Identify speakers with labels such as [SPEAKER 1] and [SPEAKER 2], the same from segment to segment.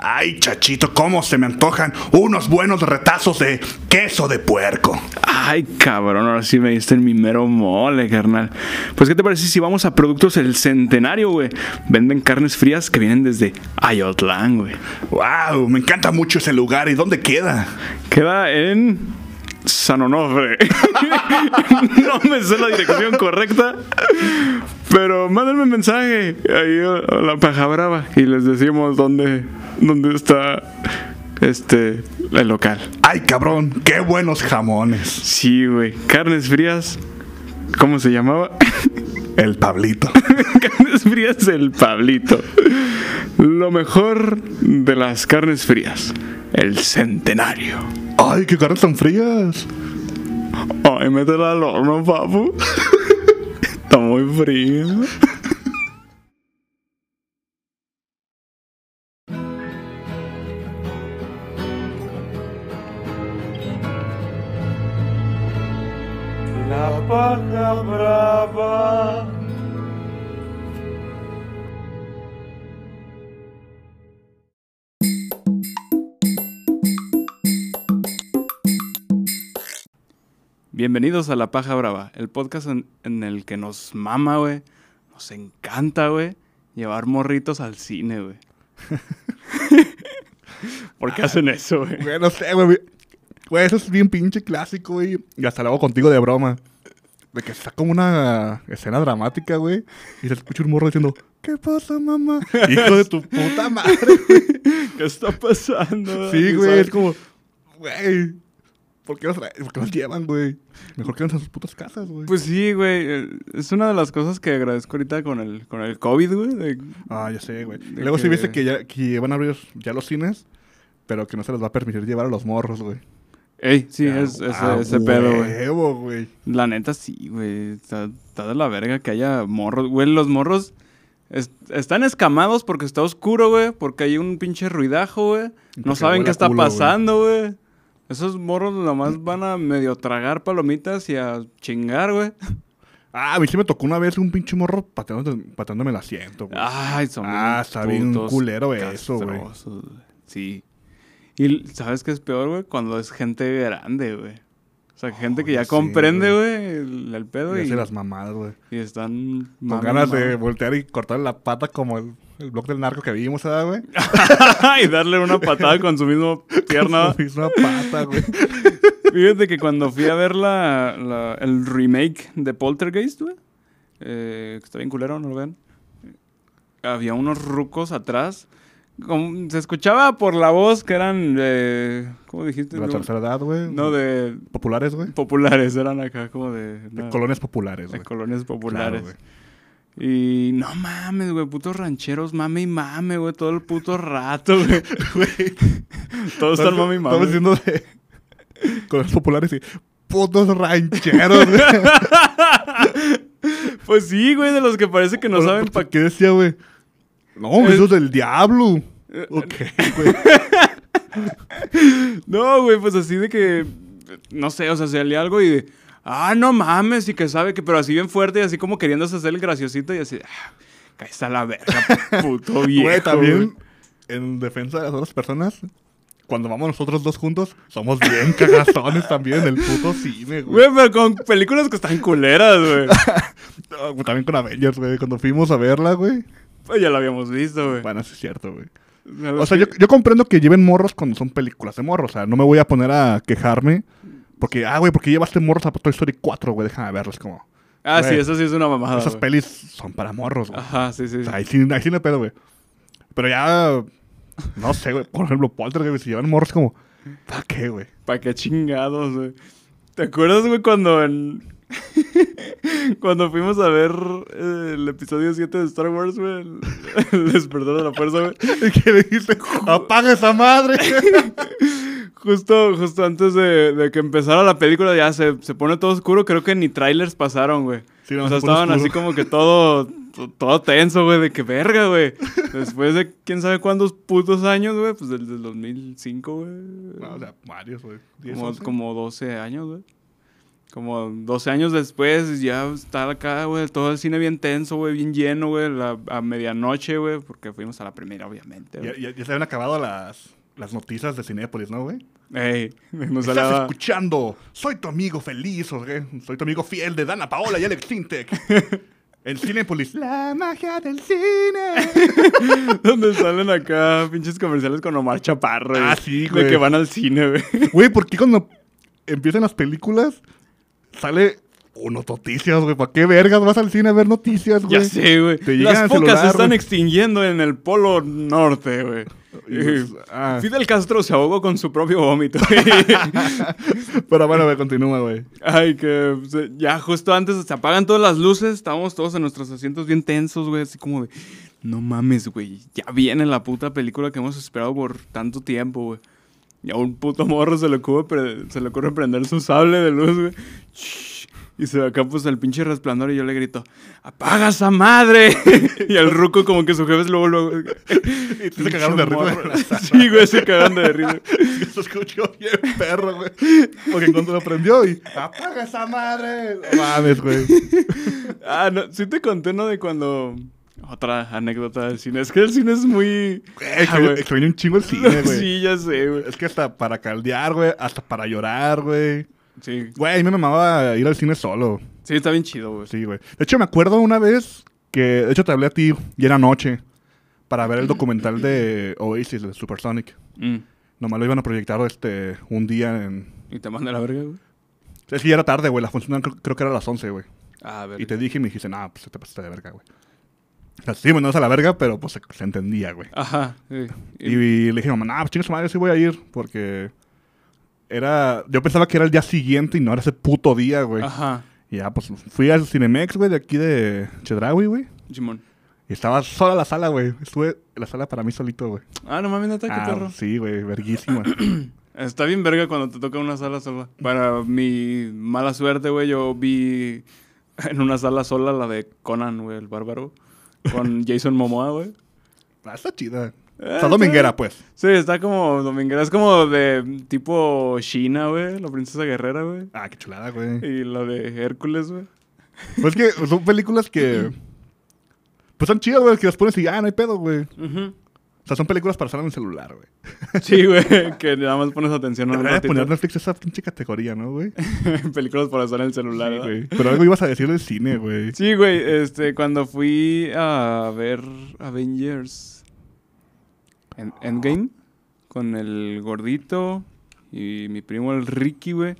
[SPEAKER 1] Ay, chachito, cómo se me antojan unos buenos retazos de queso de puerco.
[SPEAKER 2] Ay, cabrón, ahora sí me diste en mi mero mole, carnal. Pues, ¿qué te parece si vamos a Productos El Centenario, güey? Venden carnes frías que vienen desde Ayotlán, güey.
[SPEAKER 1] Wow, me encanta mucho ese lugar. ¿Y dónde queda?
[SPEAKER 2] Queda en... San Onofre. no me sé la dirección correcta, pero mándenme un mensaje ahí a la paja brava y les decimos dónde, dónde está este el local.
[SPEAKER 1] Ay, cabrón, qué buenos jamones.
[SPEAKER 2] Sí, güey. Carnes frías. ¿Cómo se llamaba?
[SPEAKER 1] El Pablito.
[SPEAKER 2] carnes frías el Pablito. Lo mejor de las carnes frías. El centenario.
[SPEAKER 1] Ay, qué caras tan frías.
[SPEAKER 2] Ay, métela al horno, papu. Está muy frío.
[SPEAKER 3] La paja brava.
[SPEAKER 2] Bienvenidos a La Paja Brava, el podcast en, en el que nos mama, güey. Nos encanta, güey, llevar morritos al cine, güey. ¿Por qué hacen eso, güey?
[SPEAKER 1] Güey, no sé, güey. Güey, eso es bien pinche clásico, güey. Y hasta lo hago contigo de broma. De que está como una escena dramática, güey. Y se escucha un morro diciendo, ¿qué pasa, mamá? Hijo de tu puta madre.
[SPEAKER 2] ¿Qué está pasando?
[SPEAKER 1] Sí, güey,
[SPEAKER 2] ¿Sabes?
[SPEAKER 1] es como, güey, ¿por qué nos, trae- por qué nos llevan, güey? Mejor quédense en sus putas casas, güey.
[SPEAKER 2] Pues sí, güey. eh, Es una de las cosas que agradezco ahorita con el, con el COVID, güey. de-
[SPEAKER 1] ah, ya sé, güey. Y
[SPEAKER 2] de
[SPEAKER 1] Luego sí
[SPEAKER 2] que-
[SPEAKER 1] viste que ya que van a abrir ya los cines, pero que no se les va a permitir llevar a los morros, güey.
[SPEAKER 2] Ey, sí,
[SPEAKER 1] Ah,
[SPEAKER 2] es, ese,
[SPEAKER 1] ah,
[SPEAKER 2] ese pedo, güey.
[SPEAKER 1] huevo, güey.
[SPEAKER 2] La neta sí, güey. Está, está de la verga que haya morros. Güey, los morros es- están escamados porque está oscuro, güey. Porque hay un pinche ruidajo, güey. No
[SPEAKER 1] porque
[SPEAKER 2] saben
[SPEAKER 1] huele a
[SPEAKER 2] qué está
[SPEAKER 1] culo, güey.
[SPEAKER 2] pasando, güey. Esos morros nomás van a medio tragar palomitas y a chingar, güey.
[SPEAKER 1] Ah, a mí sí me tocó una vez un pinche morro pateándome, pateándome el asiento, güey.
[SPEAKER 2] Ay, son
[SPEAKER 1] Ah,
[SPEAKER 2] bien
[SPEAKER 1] está bien
[SPEAKER 2] putos
[SPEAKER 1] culero eso, güey.
[SPEAKER 2] castrosos, güey. Sí. Y ¿sabes qué es peor, güey? Cuando es gente grande, güey. O sea, gente que
[SPEAKER 1] ya
[SPEAKER 2] ya
[SPEAKER 1] sé,
[SPEAKER 2] comprende,
[SPEAKER 1] güey.
[SPEAKER 2] güey, el, el
[SPEAKER 1] Y
[SPEAKER 2] pedo y,
[SPEAKER 1] hace las mamadas, güey.
[SPEAKER 2] y están...
[SPEAKER 1] Con
[SPEAKER 2] mame,
[SPEAKER 1] ganas
[SPEAKER 2] mame.
[SPEAKER 1] de voltear y cortarle la pata como el, el blog del narco que vimos, ¿sabes, güey?
[SPEAKER 2] y darle una patada con su mismo pierna.
[SPEAKER 1] Hizo una pata, güey.
[SPEAKER 2] Fíjate que cuando fui a ver la, la- el remake de Poltergeist, güey, eh, que está bien culero, no lo vean. Había unos rucos atrás. como- se escuchaba por la voz que eran eh, ¿Cómo dijiste?
[SPEAKER 1] De la
[SPEAKER 2] No,
[SPEAKER 1] tercera edad, güey.
[SPEAKER 2] no, de
[SPEAKER 1] Populares, güey.
[SPEAKER 2] populares, eran acá como de,
[SPEAKER 1] De
[SPEAKER 2] na-
[SPEAKER 1] colonias populares,
[SPEAKER 2] de
[SPEAKER 1] güey.
[SPEAKER 2] colonias populares.
[SPEAKER 1] Claro,
[SPEAKER 2] y no mames, güey, putos rancheros, mame y mame, güey, todo el puto rato, güey.
[SPEAKER 1] güey.
[SPEAKER 2] Todos están mame y mame.
[SPEAKER 1] Estamos diciendo de colonias populares y putos rancheros, güey.
[SPEAKER 2] Pues sí, güey, de los que parece que no
[SPEAKER 1] Pero,
[SPEAKER 2] saben
[SPEAKER 1] pues,
[SPEAKER 2] para
[SPEAKER 1] ¿Qué
[SPEAKER 2] qué.
[SPEAKER 1] decía, güey? No,
[SPEAKER 2] Eh,
[SPEAKER 1] eso es del diablo. Ok, güey.
[SPEAKER 2] No, güey, pues así de que. No sé, o sea, se alía algo y de. Ah, no mames, y que sabe que, pero así bien fuerte y así como queriéndose hacer el graciosito y así. Ah, cállate a la verga, puto viejo.
[SPEAKER 1] Güey, también, en defensa de las otras personas, cuando vamos nosotros dos juntos, somos bien cagazones también en el puto cine, güey.
[SPEAKER 2] Güey, pero con películas que están culeras, güey.
[SPEAKER 1] Ah, güey, También con Avengers, güey. Cuando fuimos a verla, güey.
[SPEAKER 2] Pues ya lo habíamos visto, güey.
[SPEAKER 1] Bueno, sí es cierto, güey.
[SPEAKER 2] A los
[SPEAKER 1] O sea, yo, yo comprendo que lleven morros cuando son películas de morros. O sea, no me voy a poner a quejarme. Porque, ah, güey, porque llevaste morros a Toy Story 4, güey. Déjame verlos como.
[SPEAKER 2] Ah, sí,
[SPEAKER 1] güey,
[SPEAKER 2] eso sí es una mamada.
[SPEAKER 1] Esas
[SPEAKER 2] güey.
[SPEAKER 1] pelis son para morros, güey.
[SPEAKER 2] Ajá, sí, sí.
[SPEAKER 1] O
[SPEAKER 2] sí.
[SPEAKER 1] sea, ahí sí, ahí sí no hay pedo, güey. Pero ya. No sé, güey. Por ejemplo, Poltergeist, güey. Si llevan morros como. ¿Para qué, güey?
[SPEAKER 2] ¿Para qué chingados, güey? ¿Te acuerdas, güey, cuando en... cuando fuimos a ver eh, el episodio 7 de Star Wars, güey? El, el despertar de la fuerza, güey.
[SPEAKER 1] ¿Y qué le dijiste? ¡Apaga esa madre!
[SPEAKER 2] Justo, justo antes de, de que empezara la película ya se, se pone todo oscuro. Creo que ni trailers pasaron, güey.
[SPEAKER 1] Sí, no,
[SPEAKER 2] o sea,
[SPEAKER 1] se pone
[SPEAKER 2] estaban
[SPEAKER 1] oscuro.
[SPEAKER 2] así como que todo, to- todo tenso, güey, de que verga, güey. Después de quién sabe cuántos putos años, güey, pues del, del 2005, güey.
[SPEAKER 1] no, o sea, varios, güey. Diez,
[SPEAKER 2] como,
[SPEAKER 1] once.
[SPEAKER 2] como 12 años, güey. Como 12 años después, ya está acá, güey, todo el cine bien tenso, güey, bien lleno, güey, la- a medianoche, güey, porque fuimos a la primera, obviamente.
[SPEAKER 1] Ya,
[SPEAKER 2] güey.
[SPEAKER 1] ya- ya se habían acabado las, las noticias de Cinépolis, ¿no, güey?
[SPEAKER 2] Ey, nos
[SPEAKER 1] Estás
[SPEAKER 2] hablaba-
[SPEAKER 1] escuchando. Soy tu amigo feliz, ¿o qué? Soy tu amigo fiel de Dana Paola y Alex Sintek. El Cinépolis. La magia del cine.
[SPEAKER 2] donde salen acá pinches comerciales con Omar Chaparro.
[SPEAKER 1] Ah,
[SPEAKER 2] güey,
[SPEAKER 1] sí,
[SPEAKER 2] De
[SPEAKER 1] güey.
[SPEAKER 2] que van al cine, güey.
[SPEAKER 1] Güey, ¿por qué cuando empiezan las películas sale uno noticias, güey? ¿Para qué vergas vas al cine a ver noticias, güey?
[SPEAKER 2] Ya sé, güey.
[SPEAKER 1] Te llegan
[SPEAKER 2] Las
[SPEAKER 1] al
[SPEAKER 2] focas
[SPEAKER 1] celular,
[SPEAKER 2] se están
[SPEAKER 1] güey.
[SPEAKER 2] extinguiendo en el polo norte, güey.
[SPEAKER 1] Y pues, ah.
[SPEAKER 2] Fidel Castro se ahogó con su propio vómito.
[SPEAKER 1] Pero bueno, güey, continúa, güey.
[SPEAKER 2] Ay, que se- ya justo antes se apagan todas las luces, estábamos todos en nuestros asientos bien tensos, güey, así como de, no mames, güey, ya viene la puta película que hemos esperado por tanto tiempo, güey. Y a un puto morro se le ocurre, pre- se le ocurre prender su sable de luz, güey. Shhh. Y se ve acá pues el pinche resplandor y yo le grito, apaga esa madre. y el ruco como que su jefe es luego, luego...
[SPEAKER 1] Y se cagaron de risa.
[SPEAKER 2] Morro. Sí, güey, se cagaron de risa.
[SPEAKER 1] Se escuchó bien perro, güey. Porque cuando lo prendió y... ¡Apaga esa madre! No mames, güey.
[SPEAKER 2] Ah, no, sí te conté, ¿no? De cuando... Otra anécdota del cine. Es que el cine es muy...
[SPEAKER 1] Güey,
[SPEAKER 2] Ah,
[SPEAKER 1] extrañé-
[SPEAKER 2] güey.
[SPEAKER 1] extrañé un chingo el cine, güey.
[SPEAKER 2] Sí, ya sé, güey.
[SPEAKER 1] Es que hasta para caldear, güey. Hasta para llorar, güey.
[SPEAKER 2] Sí.
[SPEAKER 1] Güey, a mí me mamaba ir al cine solo.
[SPEAKER 2] sí, está bien chido, güey.
[SPEAKER 1] Sí, güey. De hecho, me acuerdo una vez que... De hecho, te hablé a ti y era noche. Para ver el documental de Oasis, de Supersonic.
[SPEAKER 2] Mm.
[SPEAKER 1] Nomás lo iban a proyectar este, un día en...
[SPEAKER 2] Y te manda la verga, güey.
[SPEAKER 1] Es que ya era tarde, güey. La función creo, creo que era a las 11, güey.
[SPEAKER 2] Ah, ver.
[SPEAKER 1] Y te dije y me dijiste, no, pues te pasaste de verga, güey. O sea, sí, bueno, no es a la verga, pero pues se, se entendía, güey.
[SPEAKER 2] Ajá. sí.
[SPEAKER 1] Y, le dije, mamá, no, pues chingas madre, sí voy a ir, porque era. Yo pensaba que era el día siguiente y no era ese puto día, güey.
[SPEAKER 2] Ajá.
[SPEAKER 1] Y ya, pues fui al Cinemex, güey, de aquí de Chedraui, güey.
[SPEAKER 2] Simón.
[SPEAKER 1] Y estaba sola la sala, güey. Estuve en la sala para mí solito, güey.
[SPEAKER 2] Ah, no mames, neta, qué
[SPEAKER 1] Ah,
[SPEAKER 2] perro.
[SPEAKER 1] sí, güey, verguísima.
[SPEAKER 2] Está bien verga cuando te toca una sala sola. Para mi mala suerte, güey, yo vi en una sala sola la de Conan, güey, el bárbaro. Con Jason Momoa, güey.
[SPEAKER 1] Ah, está chida.
[SPEAKER 2] Eh,
[SPEAKER 1] Está dominguera, pues.
[SPEAKER 2] Sí, está como dominguera. Es como de tipo China, güey. La princesa guerrera, güey.
[SPEAKER 1] Ah, qué chulada, güey.
[SPEAKER 2] Y la de Hércules, güey.
[SPEAKER 1] Pues es que son películas que. Pues son chidas, güey, que las pones y ah, no hay pedo, güey.
[SPEAKER 2] Ujú.
[SPEAKER 1] O sea, son películas para estar en el celular, güey.
[SPEAKER 2] Sí, güey, que nada más pones atención a un
[SPEAKER 1] Debería de
[SPEAKER 2] ratito.
[SPEAKER 1] poner Netflix esa pinche categoría, ¿no, güey?
[SPEAKER 2] películas para usar en el celular.
[SPEAKER 1] Sí,
[SPEAKER 2] ¿verdad?
[SPEAKER 1] güey. Pero algo ibas a decir del cine, güey.
[SPEAKER 2] Ah. Sí, güey, este, cuando fui a ver Avengers en- Endgame con el gordito y mi primo el Ricky, güey,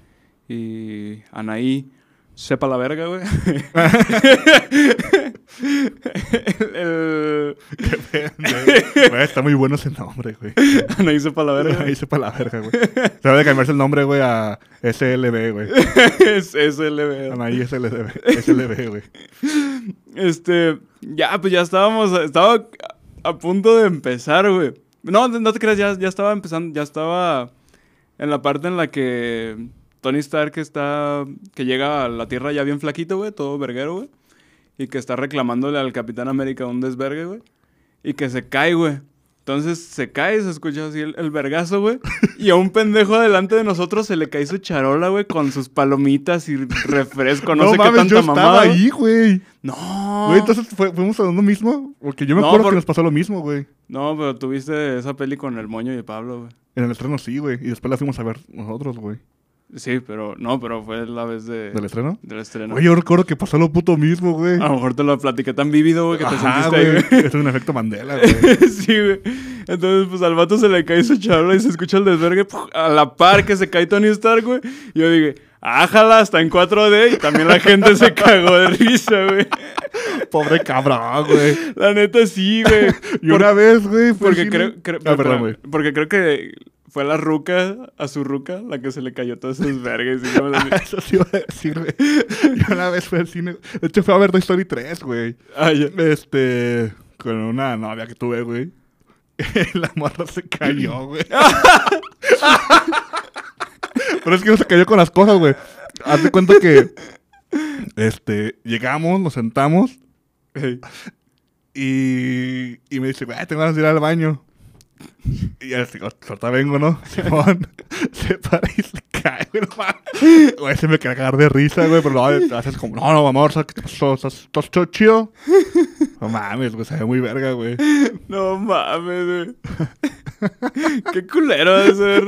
[SPEAKER 2] y Anaí, sepa la verga, güey. El- el-
[SPEAKER 1] Güey, está muy bueno ese nombre, güey.
[SPEAKER 2] Anaí, sepa la verga.
[SPEAKER 1] Ahí sepa la verga, güey. Se debe cambiarse el nombre, güey, a SLB, güey.
[SPEAKER 2] es, es el
[SPEAKER 1] Anaí SLB, SLB, güey.
[SPEAKER 2] Este, ya, pues ya estábamos, estaba a punto de empezar, güey. No, no te creas, ya, ya estaba empezando, ya estaba en la parte en la que Tony Stark está, que llega a la Tierra ya bien flaquito, güey, todo verguero, güey. Y que está reclamándole al Capitán América un desvergue, güey. Y que se cae, güey. Entonces se cae, se escucha así el, el vergazo, güey. Y a un pendejo delante de nosotros se le cae su charola, güey, con sus palomitas y refresco, no, sé qué tanta
[SPEAKER 1] yo
[SPEAKER 2] mamada.
[SPEAKER 1] estaba
[SPEAKER 2] güey.
[SPEAKER 1] ahí, güey.
[SPEAKER 2] No.
[SPEAKER 1] Güey, entonces fue- fuimos a uno mismo. Porque yo me
[SPEAKER 2] No,
[SPEAKER 1] acuerdo
[SPEAKER 2] por-
[SPEAKER 1] que nos pasó lo mismo, güey.
[SPEAKER 2] No, pero tuviste esa peli con el moño y Pablo, güey.
[SPEAKER 1] En el estreno sí, güey. Y después la fuimos a ver nosotros, güey.
[SPEAKER 2] Sí, pero no, pero fue la vez de,
[SPEAKER 1] ¿Del estreno?
[SPEAKER 2] del estreno.
[SPEAKER 1] Güey, yo recuerdo que pasó lo puto mismo, güey.
[SPEAKER 2] A lo mejor te lo platiqué tan vívido, güey, Ah, que te
[SPEAKER 1] Ajá,
[SPEAKER 2] sentiste ahí,
[SPEAKER 1] güey.
[SPEAKER 2] güey.
[SPEAKER 1] Es un efecto Mandela, güey.
[SPEAKER 2] sí, güey. Entonces, pues al vato se le cae su charla y se escucha el desvergue ¡puf! a la par que se cae Tony Stark, güey. Y yo dije, ájala, está en 4D. Y también la gente se cagó de risa, güey.
[SPEAKER 1] Pobre cabrón, güey.
[SPEAKER 2] La neta, sí, güey.
[SPEAKER 1] Y una vez, güey, fue
[SPEAKER 2] Porque
[SPEAKER 1] al
[SPEAKER 2] creo,
[SPEAKER 1] cine-
[SPEAKER 2] creo-
[SPEAKER 1] Ah, perdón,
[SPEAKER 2] pero-
[SPEAKER 1] güey.
[SPEAKER 2] porque creo que fue la ruca, a su ruca, la que se le cayó todos esos vergas. Y yo me
[SPEAKER 1] Ah, Eso sí iba a decir, güey. Yo una vez fui al cine. De hecho, fui a ver Toy Story 3, güey.
[SPEAKER 2] Ah, ya.
[SPEAKER 1] Este. Con una novia que tuve, güey. La morra se cayó, güey. Pero es que no se cayó con las cosas, güey. Haz de cuenta que. Este. Llegamos, nos sentamos.
[SPEAKER 2] Ey.
[SPEAKER 1] Y, y me dice, güey, tengo ganas de ir al baño. Y yo le digo, ahorita vengo, ¿no? Simón se para y se cae, güey, no mames. Güey, se me quiere cagar de risa, güey, pero no, haces como, no, no, amor, ¿sabes qué te pasó? ¿Estás estás todo chido? No mames, güey, se ve muy verga, güey.
[SPEAKER 2] No mames, güey. Qué culero de ser.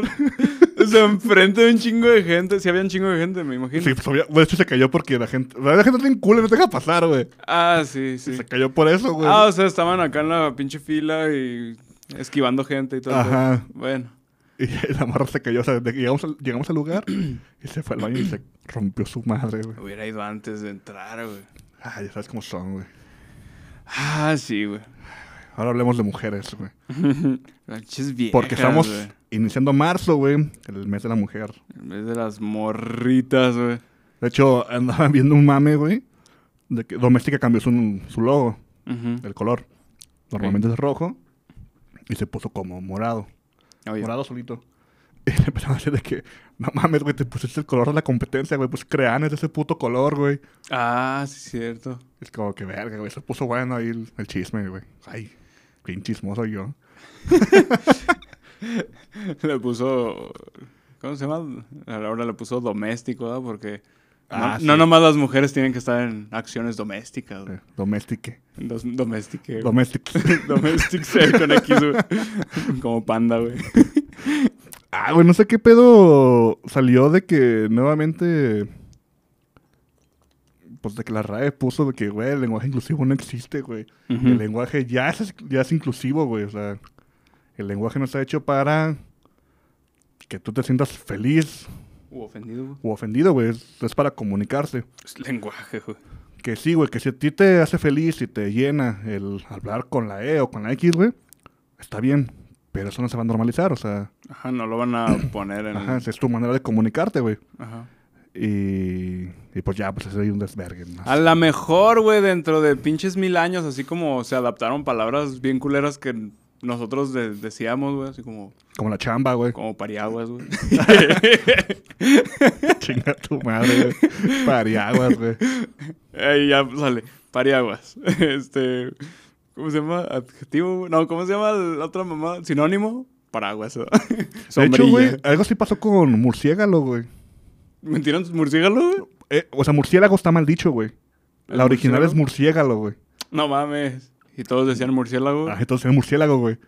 [SPEAKER 2] O sea, enfrente de un chingo de gente. Si había un chingo de gente, me imagino.
[SPEAKER 1] Sí, pues, obvia- güey, de hecho se cayó porque la gente, la gente tiene culo, no te deja pasar, güey.
[SPEAKER 2] Ah, sí, sí.
[SPEAKER 1] Se cayó por eso, güey.
[SPEAKER 2] Ah, o sea, estaban acá en la pinche fila y esquivando gente y todo. el
[SPEAKER 1] Ajá.
[SPEAKER 2] pedo. Bueno.
[SPEAKER 1] Y la morra se cayó, o sea, de que llegamos al, llegamos al lugar y se fue al baño y se rompió su madre, güey.
[SPEAKER 2] Hubiera ido antes de entrar, güey.
[SPEAKER 1] Ay, ya sabes cómo son, güey.
[SPEAKER 2] Ah, sí, güey.
[SPEAKER 1] Ahora hablemos de mujeres, güey.
[SPEAKER 2] Pinches viejas,
[SPEAKER 1] Porque estamos
[SPEAKER 2] güey.
[SPEAKER 1] iniciando marzo, güey, el mes de la mujer.
[SPEAKER 2] En vez de las morritas, güey.
[SPEAKER 1] De hecho, andaba viendo un mame, güey, de que Doméstica cambió su, su logo,
[SPEAKER 2] Ujú.
[SPEAKER 1] el color. Normalmente es rojo y se puso como morado.
[SPEAKER 2] Oye,
[SPEAKER 1] Morado solito. Y le empezaron a decir de que, no mames, güey, te pusiste el color de la competencia, güey, pues crean ese puto color, güey.
[SPEAKER 2] Ah, sí, cierto.
[SPEAKER 1] Es como que verga, güey. Se puso bueno ahí el, el chisme, güey. Ay, bien chismoso yo.
[SPEAKER 2] Le puso. ¿Cómo se llama? Ahora le puso doméstico, ¿verdad? Porque.
[SPEAKER 1] Ah,
[SPEAKER 2] no,
[SPEAKER 1] sí.
[SPEAKER 2] no nomás las mujeres tienen que estar en acciones domésticas. güey.
[SPEAKER 1] Eh, Domestique.
[SPEAKER 2] Dos- domestique. güey.
[SPEAKER 1] Domestique.
[SPEAKER 2] Domestic ser con X, güey. Como panda, güey.
[SPEAKER 1] ah, güey, no sé qué pedo salió de que nuevamente. Pues de que la RAE puso de que, güey, el lenguaje inclusivo no existe, güey. El lenguaje ya es, ya es inclusivo, güey. O sea, el lenguaje no está hecho para que tú te sientas feliz
[SPEAKER 2] Uh, ofendido, güey.
[SPEAKER 1] o ofendido, güey. Es- es para comunicarse.
[SPEAKER 2] Es lenguaje, güey.
[SPEAKER 1] Que sí, güey, que si a ti te hace feliz y te llena el hablar con la E o con la X, güey, está bien. Pero eso no se va a normalizar, o sea,
[SPEAKER 2] Ajá, no lo van a poner en.
[SPEAKER 1] ajá,
[SPEAKER 2] Ajá,
[SPEAKER 1] esa es tu manera de comunicarte, güey.
[SPEAKER 2] Ajá.
[SPEAKER 1] Y, y pues ya, pues es ahí un desvergue. ¿no?
[SPEAKER 2] A lo mejor, güey, dentro de pinches mil años, así como se adaptaron palabras bien culeras que nosotros de- decíamos, güey, así como,
[SPEAKER 1] Como la chamba, güey.
[SPEAKER 2] como pariaguas, güey.
[SPEAKER 1] Chinga tu madre, güey. Pariaguas, güey.
[SPEAKER 2] Ahí ya sale, pariaguas. Este, ¿cómo se llama? Adjetivo, güey. no, ¿cómo se llama la otra mamá? Sinónimo, paraguas. ¿verdad?
[SPEAKER 1] De hecho,
[SPEAKER 2] Sombrilla.
[SPEAKER 1] güey, algo así pasó con murciélago, güey.
[SPEAKER 2] ¿Mentieron sus murciélago, güey?
[SPEAKER 1] Eh, o sea, murciélago está mal dicho, güey.
[SPEAKER 2] ¿El
[SPEAKER 1] La original es murciélago, güey.
[SPEAKER 2] No mames. Y todos decían murciélago.
[SPEAKER 1] Ah, entonces es murciélago, güey.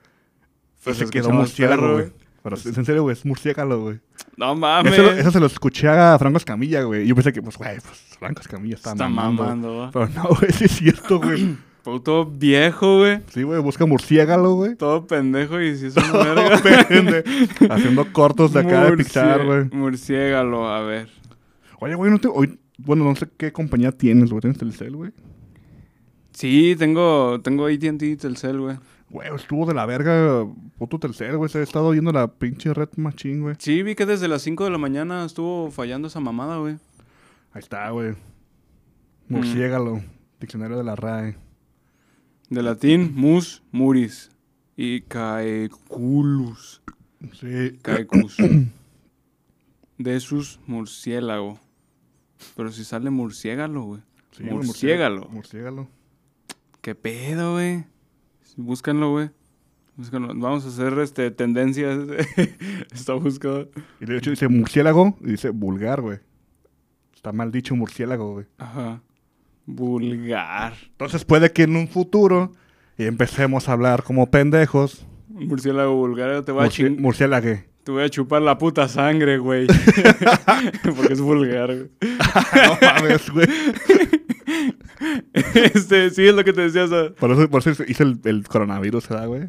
[SPEAKER 2] Pues
[SPEAKER 1] se quedó
[SPEAKER 2] escuchaba perro,
[SPEAKER 1] murciélago,
[SPEAKER 2] güey.
[SPEAKER 1] güey. Pero es en serio, güey, es murciélago, güey.
[SPEAKER 2] No mames.
[SPEAKER 1] Eso, lo- eso se lo escuché a Franco Escamilla, güey. Yo pensé que, pues, güey, pues Franco Escamilla está,
[SPEAKER 2] Está
[SPEAKER 1] mamando.
[SPEAKER 2] mamando, va.
[SPEAKER 1] Pero no, güey, sí es cierto, güey.
[SPEAKER 2] Todo viejo, güey.
[SPEAKER 1] Sí, güey, busca murciégalo, güey.
[SPEAKER 2] Todo pendejo y si es una verga.
[SPEAKER 1] Depende. Haciendo cortos de acá de
[SPEAKER 2] Murcie-
[SPEAKER 1] Pixar, güey.
[SPEAKER 2] Murciégalo, a ver.
[SPEAKER 1] Oye, güey, no te. hoy- bueno, no sé qué compañía tienes, güey. ¿Tienes Telcel, güey?
[SPEAKER 2] Sí, tengo, tengo AT&T y Telcel, güey.
[SPEAKER 1] Güey, estuvo de la verga puto Telcel, güey. Se ha estado yendo la pinche red machín, güey.
[SPEAKER 2] Sí, vi que desde las 5 de la mañana estuvo fallando esa mamada, güey.
[SPEAKER 1] Ahí está, güey. Murciégalo. Diccionario de la RAE.
[SPEAKER 2] De latín, mus, muris. Y caeculus.
[SPEAKER 1] Sí.
[SPEAKER 2] Caecus. De sus murciélago. Pero si sale murciégalo, güey.
[SPEAKER 1] sí güey,
[SPEAKER 2] Murciégalo.
[SPEAKER 1] Murciégalo.
[SPEAKER 2] ¿Qué pedo, güey? Búscanlo, güey. Búscanlo. Vamos a hacer este, tendencias. Está buscado.
[SPEAKER 1] Y de hecho dice murciélago y dice vulgar, güey. Está mal dicho murciélago, güey.
[SPEAKER 2] Ajá. Vulgar.
[SPEAKER 1] Entonces puede que en un futuro empecemos a hablar como pendejos.
[SPEAKER 2] Un murciélago vulgar. Te voy, a
[SPEAKER 1] Murci
[SPEAKER 2] chin-
[SPEAKER 1] murciélague.
[SPEAKER 2] te voy a chupar la puta sangre, güey. Porque es vulgar, güey.
[SPEAKER 1] no mames, güey.
[SPEAKER 2] Este, sí, es lo que te decía. o sea, eh,
[SPEAKER 1] Por eso, por eso hice- hice el, el coronavirus, ¿verdad, güey?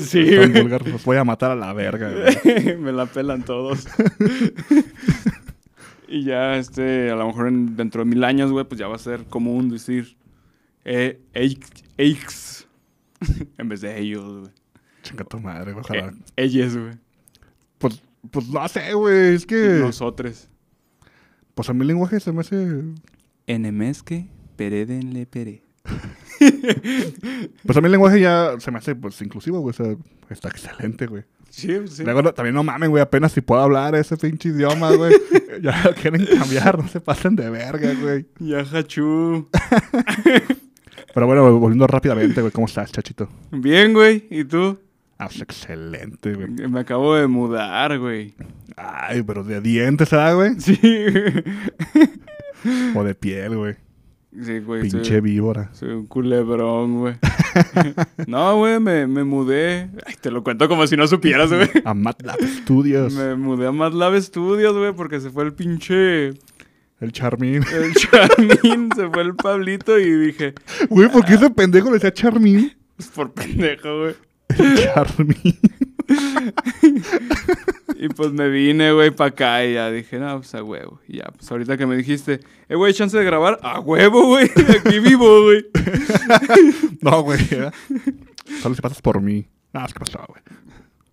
[SPEAKER 2] Sí,
[SPEAKER 1] Tan
[SPEAKER 2] güey.
[SPEAKER 1] vulgar, los voy a matar a la verga, güey.
[SPEAKER 2] Me la pelan todos. y ya, este, a lo mejor en- dentro de mil años, güey, pues ya va a ser común decir eh, eix- eix, en vez de ellos, güey.
[SPEAKER 1] Chinga tu madre, güey. Ojalá.
[SPEAKER 2] Eh, ellas, güey.
[SPEAKER 1] Pues, pues no sé, güey. Es que.
[SPEAKER 2] Nosotres.
[SPEAKER 1] Pues a mi lenguaje se me hace.
[SPEAKER 2] Enemesque, peredenle pere.
[SPEAKER 1] Pues a mi lenguaje ya se me hace, pues, inclusivo, güey. O sea, está excelente, güey.
[SPEAKER 2] Sí, pues sí.
[SPEAKER 1] Luego, no- también no mamen, güey, apenas si puedo hablar ese pinche idioma, güey. ya lo quieren cambiar, no se pasen de verga, güey.
[SPEAKER 2] Ya, hachú.
[SPEAKER 1] Pero bueno, volviendo rápidamente, güey, ¿cómo estás, chachito?
[SPEAKER 2] Bien, güey. ¿Y tú?
[SPEAKER 1] Ah, pues excelente, güey.
[SPEAKER 2] Me acabo de mudar, güey.
[SPEAKER 1] Ay, pero de dientes, ¿ah, güey?
[SPEAKER 2] Sí.
[SPEAKER 1] O de piel, güey.
[SPEAKER 2] Sí, güey. soy-
[SPEAKER 1] Pinche víbora.
[SPEAKER 2] Soy un culebrón, güey. no, güey, me, me mudé. Ay, te lo cuento como si no supieras, güey.
[SPEAKER 1] A MATLAB Studios.
[SPEAKER 2] Me mudé a MATLAB Studios, güey, porque se fue el pinche...
[SPEAKER 1] El Charmín.
[SPEAKER 2] El Charmín, se fue el Pablito y dije...
[SPEAKER 1] Güey, ¿por qué ese pendejo le decía Charmín?
[SPEAKER 2] Es por pendejo, güey.
[SPEAKER 1] Charmín.
[SPEAKER 2] Y pues me vine, güey, para acá y ya dije, no, pues a huevo. Y ya, pues ahorita que me dijiste, eh, güey, chance de grabar, a huevo, güey. Aquí vivo, güey.
[SPEAKER 1] No, güey. era- Solo si pasas por mí. Ah, es que pasaba, güey.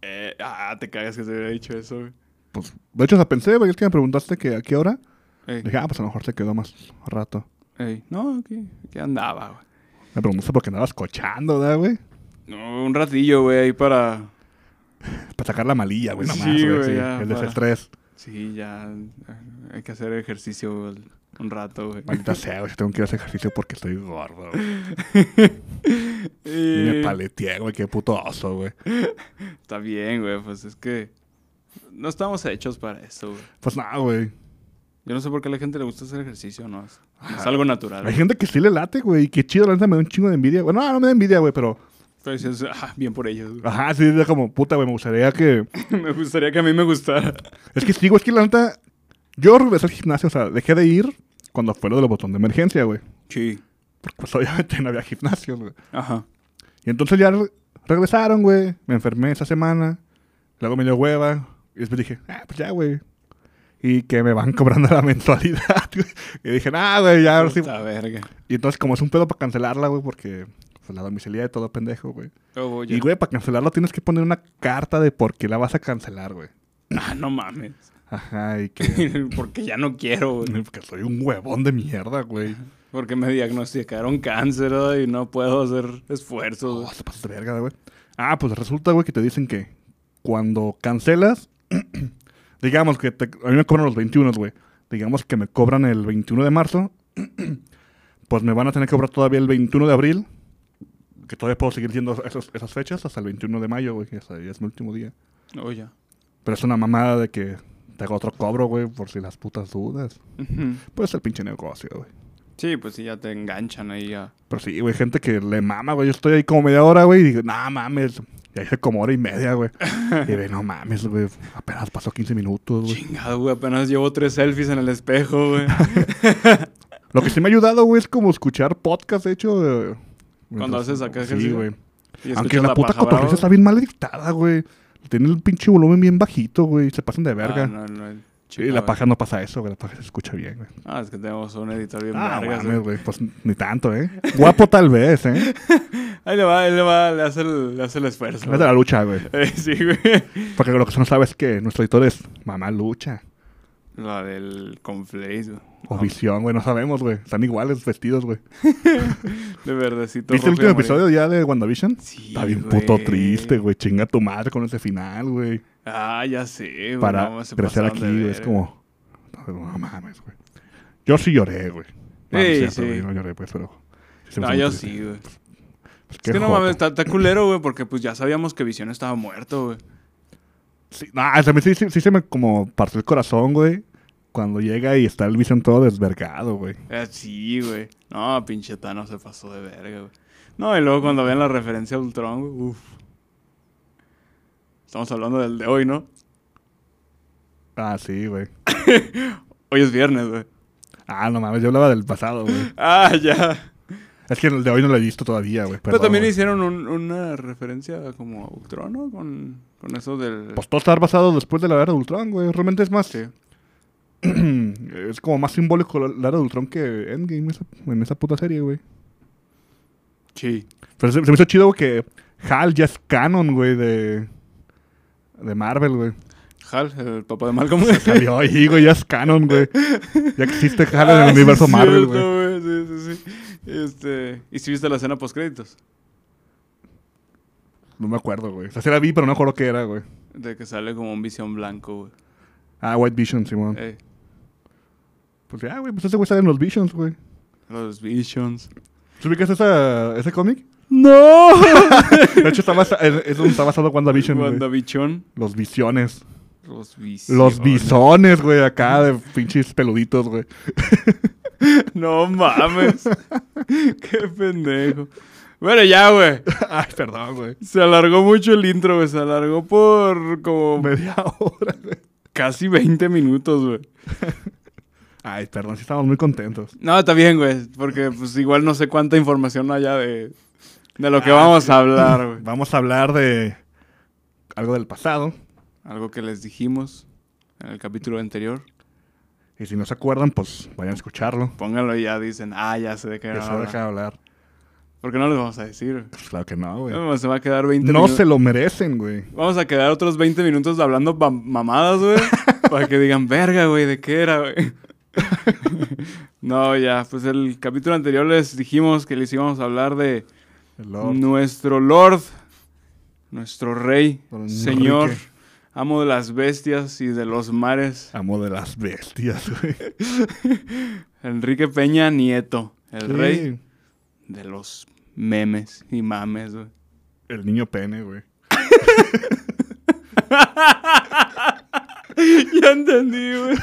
[SPEAKER 2] Eh, ah, te cagas que se hubiera dicho eso, güey.
[SPEAKER 1] Pues, de hecho, la pensé, güey. Es que me preguntaste que a qué hora.
[SPEAKER 2] Ey,
[SPEAKER 1] Dije, ah, pues a lo mejor se quedó más rato.
[SPEAKER 2] ey, no, aquí, aquí andaba, güey.
[SPEAKER 1] Me preguntaste por qué andabas cochando, ¿verdad, güey?
[SPEAKER 2] No, un ratillo, güey, ahí para...
[SPEAKER 1] Para sacar la malilla, güey, nomás,
[SPEAKER 2] Sí,
[SPEAKER 1] güey.
[SPEAKER 2] güey,
[SPEAKER 1] sí.
[SPEAKER 2] ya,
[SPEAKER 1] el
[SPEAKER 2] para.
[SPEAKER 1] desestrés.
[SPEAKER 2] Sí, ya, eh, hay que hacer ejercicio güey, un rato, güey.
[SPEAKER 1] Maldita sea, güey. si Tengo que ir a hacer ejercicio porque estoy gordo, güey. Y me
[SPEAKER 2] Eh,
[SPEAKER 1] paleteé, güey. Qué puto oso, güey.
[SPEAKER 2] Está bien, güey, pues es que no estamos hechos para eso, güey.
[SPEAKER 1] Pues nada, güey.
[SPEAKER 2] Yo no sé por qué a la gente le gusta hacer ejercicio, no, es, no es
[SPEAKER 1] Ajá.
[SPEAKER 2] algo natural.
[SPEAKER 1] Hay gente que sí le late, güey. Y qué chido, la neta me da un chingo de envidia. Bueno, ah, no, no me da envidia, güey, pero.
[SPEAKER 2] Pero dices, "Ah, bien por ellos, güey".
[SPEAKER 1] Ajá, sí, es como puta, güey. Me gustaría que.
[SPEAKER 2] me gustaría que a mí me gustara.
[SPEAKER 1] Es que sí, güey, es que la neta. Yo regresé al gimnasio, o sea, dejé de ir cuando fue lo del botón de emergencia, güey.
[SPEAKER 2] Sí.
[SPEAKER 1] Porque pues obviamente no había gimnasio, güey.
[SPEAKER 2] Ajá.
[SPEAKER 1] Y entonces ya re- regresaron, güey. Me enfermé esa semana. Luego me dio hueva. Y después dije, ah, pues ya, güey. Y que me van cobrando la mensualidad, güey. Y dije, nah, güey, ya ahora sí.
[SPEAKER 2] Puta verga.
[SPEAKER 1] Y entonces, como es un pedo para cancelarla, güey, porque pues, la domiciliaria de todo pendejo, güey.
[SPEAKER 2] Oh, ya.
[SPEAKER 1] Y, güey, para cancelarla tienes que poner una carta de por qué la vas a cancelar, güey.
[SPEAKER 2] Ah, no mames.
[SPEAKER 1] Ajá, y que.
[SPEAKER 2] Porque ya no quiero, güey.
[SPEAKER 1] Porque soy un huevón de mierda, güey.
[SPEAKER 2] Porque me diagnosticaron cáncer ¿verdad? y no puedo hacer esfuerzos.
[SPEAKER 1] Oh,
[SPEAKER 2] güey.
[SPEAKER 1] se pasaste de verga, güey. Ah, pues resulta, güey, que te dicen que cuando cancelas, digamos que te- a mí me cobran los 21, güey. Digamos que me cobran el 21 de marzo, pues me van a tener que cobrar todavía el 21 de abril, que todavía puedo seguir siendo esos- esas fechas hasta el 21 de mayo, güey, que hasta ahí es mi último día.
[SPEAKER 2] Oh, ya.
[SPEAKER 1] Pero es una mamada de que te hago otro cobro, güey, por si las putas dudas.
[SPEAKER 2] Ujú.
[SPEAKER 1] Pues el pinche negocio, güey.
[SPEAKER 2] Sí, pues sí, ya te enganchan ahí ya.
[SPEAKER 1] Pero sí, güey, gente que le mama, güey. Yo estoy ahí como media hora, güey, y digo, nah, mames. Ya hice como hora y media, güey. Y ve, no mames, güey. Apenas pasó 15 minutos, güey.
[SPEAKER 2] Chingado, güey, apenas llevo tres selfies en el espejo, güey.
[SPEAKER 1] Lo que sí me ha ayudado, güey, es como escuchar podcast de hecho. eh,
[SPEAKER 2] Cuando
[SPEAKER 1] mientras-
[SPEAKER 2] haces acá
[SPEAKER 1] Sí,
[SPEAKER 2] ejercicio.
[SPEAKER 1] güey.
[SPEAKER 2] Y
[SPEAKER 1] Aunque
[SPEAKER 2] escuchas
[SPEAKER 1] la, puta
[SPEAKER 2] paja brava.
[SPEAKER 1] cotorriza está bien mal dictada, güey. Tiene el pinche volumen bien bajito, güey. Se pasan de verga.
[SPEAKER 2] Ah, no, no, el
[SPEAKER 1] Sí,
[SPEAKER 2] chica,
[SPEAKER 1] la
[SPEAKER 2] güey.
[SPEAKER 1] paja no pasa eso, güey. La paja se escucha bien, güey.
[SPEAKER 2] Ah, es que tenemos un editor bien
[SPEAKER 1] Ah,
[SPEAKER 2] vergas,
[SPEAKER 1] mames,
[SPEAKER 2] güey.
[SPEAKER 1] güey. Pues ni tanto, ¿eh? Guapo tal vez, ¿eh?
[SPEAKER 2] Ahí le va, ahí le va, le hace el, le hace el esfuerzo.
[SPEAKER 1] Es de la lucha, güey.
[SPEAKER 2] güey. Eh, sí, güey.
[SPEAKER 1] Porque lo que se no sabe es que nuestro editor es mamá lucha.
[SPEAKER 2] La del conflace, güey.
[SPEAKER 1] O visión, güey, no sabemos, güey. Están iguales vestidos, güey.
[SPEAKER 2] De verdecito.
[SPEAKER 1] ¿Viste el
[SPEAKER 2] rojo y
[SPEAKER 1] último
[SPEAKER 2] amarillo.
[SPEAKER 1] episodio ya de WandaVision?
[SPEAKER 2] Sí,
[SPEAKER 1] Está bien
[SPEAKER 2] güey.
[SPEAKER 1] puto triste, güey. Chinga tu madre con ese final, güey.
[SPEAKER 2] Ah, ya sé, güey.
[SPEAKER 1] Para
[SPEAKER 2] no, se
[SPEAKER 1] crecer
[SPEAKER 2] pasaron
[SPEAKER 1] aquí,
[SPEAKER 2] de
[SPEAKER 1] güey. Es
[SPEAKER 2] verga.
[SPEAKER 1] como. No, no mames, güey. Yo sí lloré, güey. No, no es
[SPEAKER 2] Ey,
[SPEAKER 1] cierto,
[SPEAKER 2] sí.
[SPEAKER 1] güey, No lloré, pues, pero. sí se me
[SPEAKER 2] No,
[SPEAKER 1] hizo
[SPEAKER 2] yo
[SPEAKER 1] muy triste.
[SPEAKER 2] sí, güey.
[SPEAKER 1] Pues,
[SPEAKER 2] Es
[SPEAKER 1] qué
[SPEAKER 2] que no
[SPEAKER 1] joto.
[SPEAKER 2] mames, está, está culero, güey, porque pues ya sabíamos que Visión estaba muerto, güey.
[SPEAKER 1] Sí, no, o sea, a mí sí, sí- sí se me como partió el corazón, güey. Cuando llega y está el Vision todo desvergado, güey.
[SPEAKER 2] Eh, sí, güey. No, pinche Thanos se pasó de verga, güey. No, y luego cuando vean la referencia a Ultron, güey, uff. Estamos hablando del de hoy, ¿no?
[SPEAKER 1] Ah, sí, güey.
[SPEAKER 2] Hoy es viernes, güey.
[SPEAKER 1] Ah, no mames, yo hablaba del pasado, güey.
[SPEAKER 2] Ah, ya.
[SPEAKER 1] Es que el de hoy no lo he visto todavía, güey.
[SPEAKER 2] Pero
[SPEAKER 1] perdón,
[SPEAKER 2] también
[SPEAKER 1] güey.
[SPEAKER 2] hicieron un- una referencia como a Ultron, ¿no? Con, con eso del...
[SPEAKER 1] Pues todo está basado después de la era de Ultron, güey. Realmente es más.
[SPEAKER 2] Sí.
[SPEAKER 1] es como más simbólico la la era de Ultron que Endgame esa- en esa puta serie, güey.
[SPEAKER 2] Sí.
[SPEAKER 1] Pero se, se me hizo chido, güey, que Hal ya es canon, güey, de. De Marvel, güey.
[SPEAKER 2] Hal, el papá de Malcolm.
[SPEAKER 1] Salió ahí, güey, ya es canon, güey. Ya existe Hal en
[SPEAKER 2] Ah,
[SPEAKER 1] el
[SPEAKER 2] sí,
[SPEAKER 1] universo
[SPEAKER 2] es
[SPEAKER 1] Marvel,
[SPEAKER 2] cierto,
[SPEAKER 1] güey.
[SPEAKER 2] Sí, sí, sí. Este, ¿Y si viste la escena post-créditos?
[SPEAKER 1] No me acuerdo, güey. O sea, sí la vi, pero no me acuerdo qué era, güey.
[SPEAKER 2] De que sale como un visión blanco, güey.
[SPEAKER 1] Ah, White Vision, Simón.
[SPEAKER 2] Eh,
[SPEAKER 1] Pues ya, güey, pues ese güey sale en los Visions, güey.
[SPEAKER 2] los Visions.
[SPEAKER 1] ¿Tú ubicas esa, ese cómic?
[SPEAKER 2] ¡No!
[SPEAKER 1] De hecho, está basado, es, está basado en WandaVision, güey.
[SPEAKER 2] WandaVichón.
[SPEAKER 1] Los visiones.
[SPEAKER 2] Los bisones.
[SPEAKER 1] Los bisones, güey, acá de pinches peluditos, güey.
[SPEAKER 2] No mames. Qué pendejo. Bueno, ya, güey.
[SPEAKER 1] Ay, perdón, güey.
[SPEAKER 2] Se alargó mucho el intro, güey. Se alargó por como
[SPEAKER 1] Media hora, güey.
[SPEAKER 2] casi 20 minutos, güey.
[SPEAKER 1] Ay, perdón, sí estamos muy contentos.
[SPEAKER 2] No, está bien, güey. Porque pues igual no sé cuánta información haya de, de lo que vamos a hablar, güey.
[SPEAKER 1] Vamos a hablar de algo del pasado.
[SPEAKER 2] Algo que les dijimos en el capítulo anterior.
[SPEAKER 1] Y si no se acuerdan, pues vayan a escucharlo.
[SPEAKER 2] Pónganlo y ya dicen, ah, ya sé de qué
[SPEAKER 1] Que se
[SPEAKER 2] hablar.
[SPEAKER 1] deja hablar.
[SPEAKER 2] Porque no les vamos a decir.
[SPEAKER 1] Pues claro que no, güey.
[SPEAKER 2] güey. Se va a quedar 20
[SPEAKER 1] No
[SPEAKER 2] minutos.
[SPEAKER 1] se lo merecen, güey.
[SPEAKER 2] Vamos a quedar otros 20 minutos hablando ba- mamadas, güey. para que digan, verga, güey, ¿de qué era, güey? no, ya, pues el capítulo anterior les dijimos que les íbamos a hablar de
[SPEAKER 1] El Lord.
[SPEAKER 2] nuestro Lord, nuestro Rey,
[SPEAKER 1] Don
[SPEAKER 2] Señor,
[SPEAKER 1] Enrique.
[SPEAKER 2] amo de las bestias y de los mares,
[SPEAKER 1] Amo de las bestias, güey.
[SPEAKER 2] Enrique Peña Nieto,
[SPEAKER 1] Sí.
[SPEAKER 2] el Rey de los memes y mames, güey.
[SPEAKER 1] El niño pene, güey.
[SPEAKER 2] Ya entendí, güey.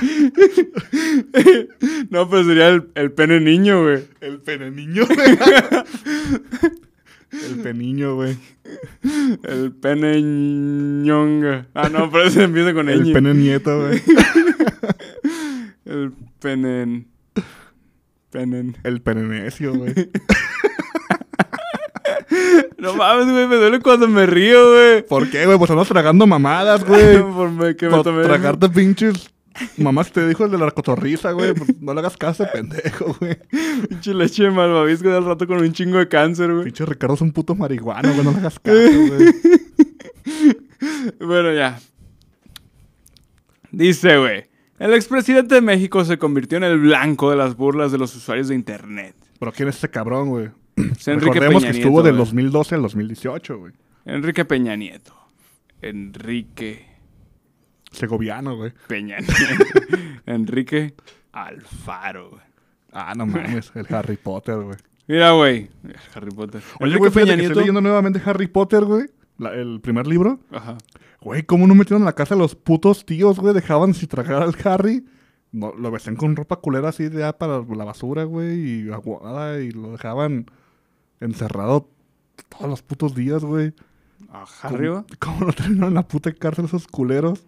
[SPEAKER 2] No, pero sería el, el pene niño, güey.
[SPEAKER 1] El pene niño, güey. El peniño, güey.
[SPEAKER 2] El pene ñonga. Ah, no, pero ese empieza con
[SPEAKER 1] El
[SPEAKER 2] ñ.
[SPEAKER 1] pene nieto, güey.
[SPEAKER 2] El penen. Penen.
[SPEAKER 1] El pene necio, güey.
[SPEAKER 2] No mames, güey, me duele cuando me río, güey.
[SPEAKER 1] ¿Por qué, güey? Pues andas tragando mamadas, güey.
[SPEAKER 2] Por me- que me
[SPEAKER 1] Por
[SPEAKER 2] tomé-
[SPEAKER 1] tragarte pinches. Mamá se te dijo el de la cotorriza, güey. Pues no le hagas caso, pendejo, güey.
[SPEAKER 2] Pinche leche de malvavisco del rato con un chingo de cáncer, güey.
[SPEAKER 1] Pinche Ricardo es un puto marihuano, güey. No le hagas caso, güey.
[SPEAKER 2] Bueno, ya. Dice, güey. El expresidente de México se convirtió en el blanco de las burlas de los usuarios de internet.
[SPEAKER 1] Pero ¿quién es ese cabrón, güey?
[SPEAKER 2] Es Enrique
[SPEAKER 1] Recordemos
[SPEAKER 2] Peña
[SPEAKER 1] que estuvo
[SPEAKER 2] Nieto,
[SPEAKER 1] del
[SPEAKER 2] güey.
[SPEAKER 1] 2012 al 2018, güey.
[SPEAKER 2] Enrique Peña Nieto. Enrique
[SPEAKER 1] Segoviano, güey.
[SPEAKER 2] Peña Nieto. Enrique Alfaro, güey.
[SPEAKER 1] Ah, no mames. El Harry Potter, güey.
[SPEAKER 2] Mira, güey. Harry Potter.
[SPEAKER 1] Oye,
[SPEAKER 2] Enrique
[SPEAKER 1] güey, fíjate que estoy leyendo nuevamente Harry Potter, güey. la- el primer libro.
[SPEAKER 2] Ajá.
[SPEAKER 1] Güey, ¿cómo no metieron a la casa a los putos tíos, güey? Dejaban si tragar al Harry. No, lo vestían con ropa culera así de ya para la basura, güey. Y aguada. Y lo dejaban encerrado todos los putos días, güey.
[SPEAKER 2] Ajá,
[SPEAKER 1] ¿Cómo-
[SPEAKER 2] arriba.
[SPEAKER 1] ¿Cómo no terminaron en la puta cárcel esos culeros?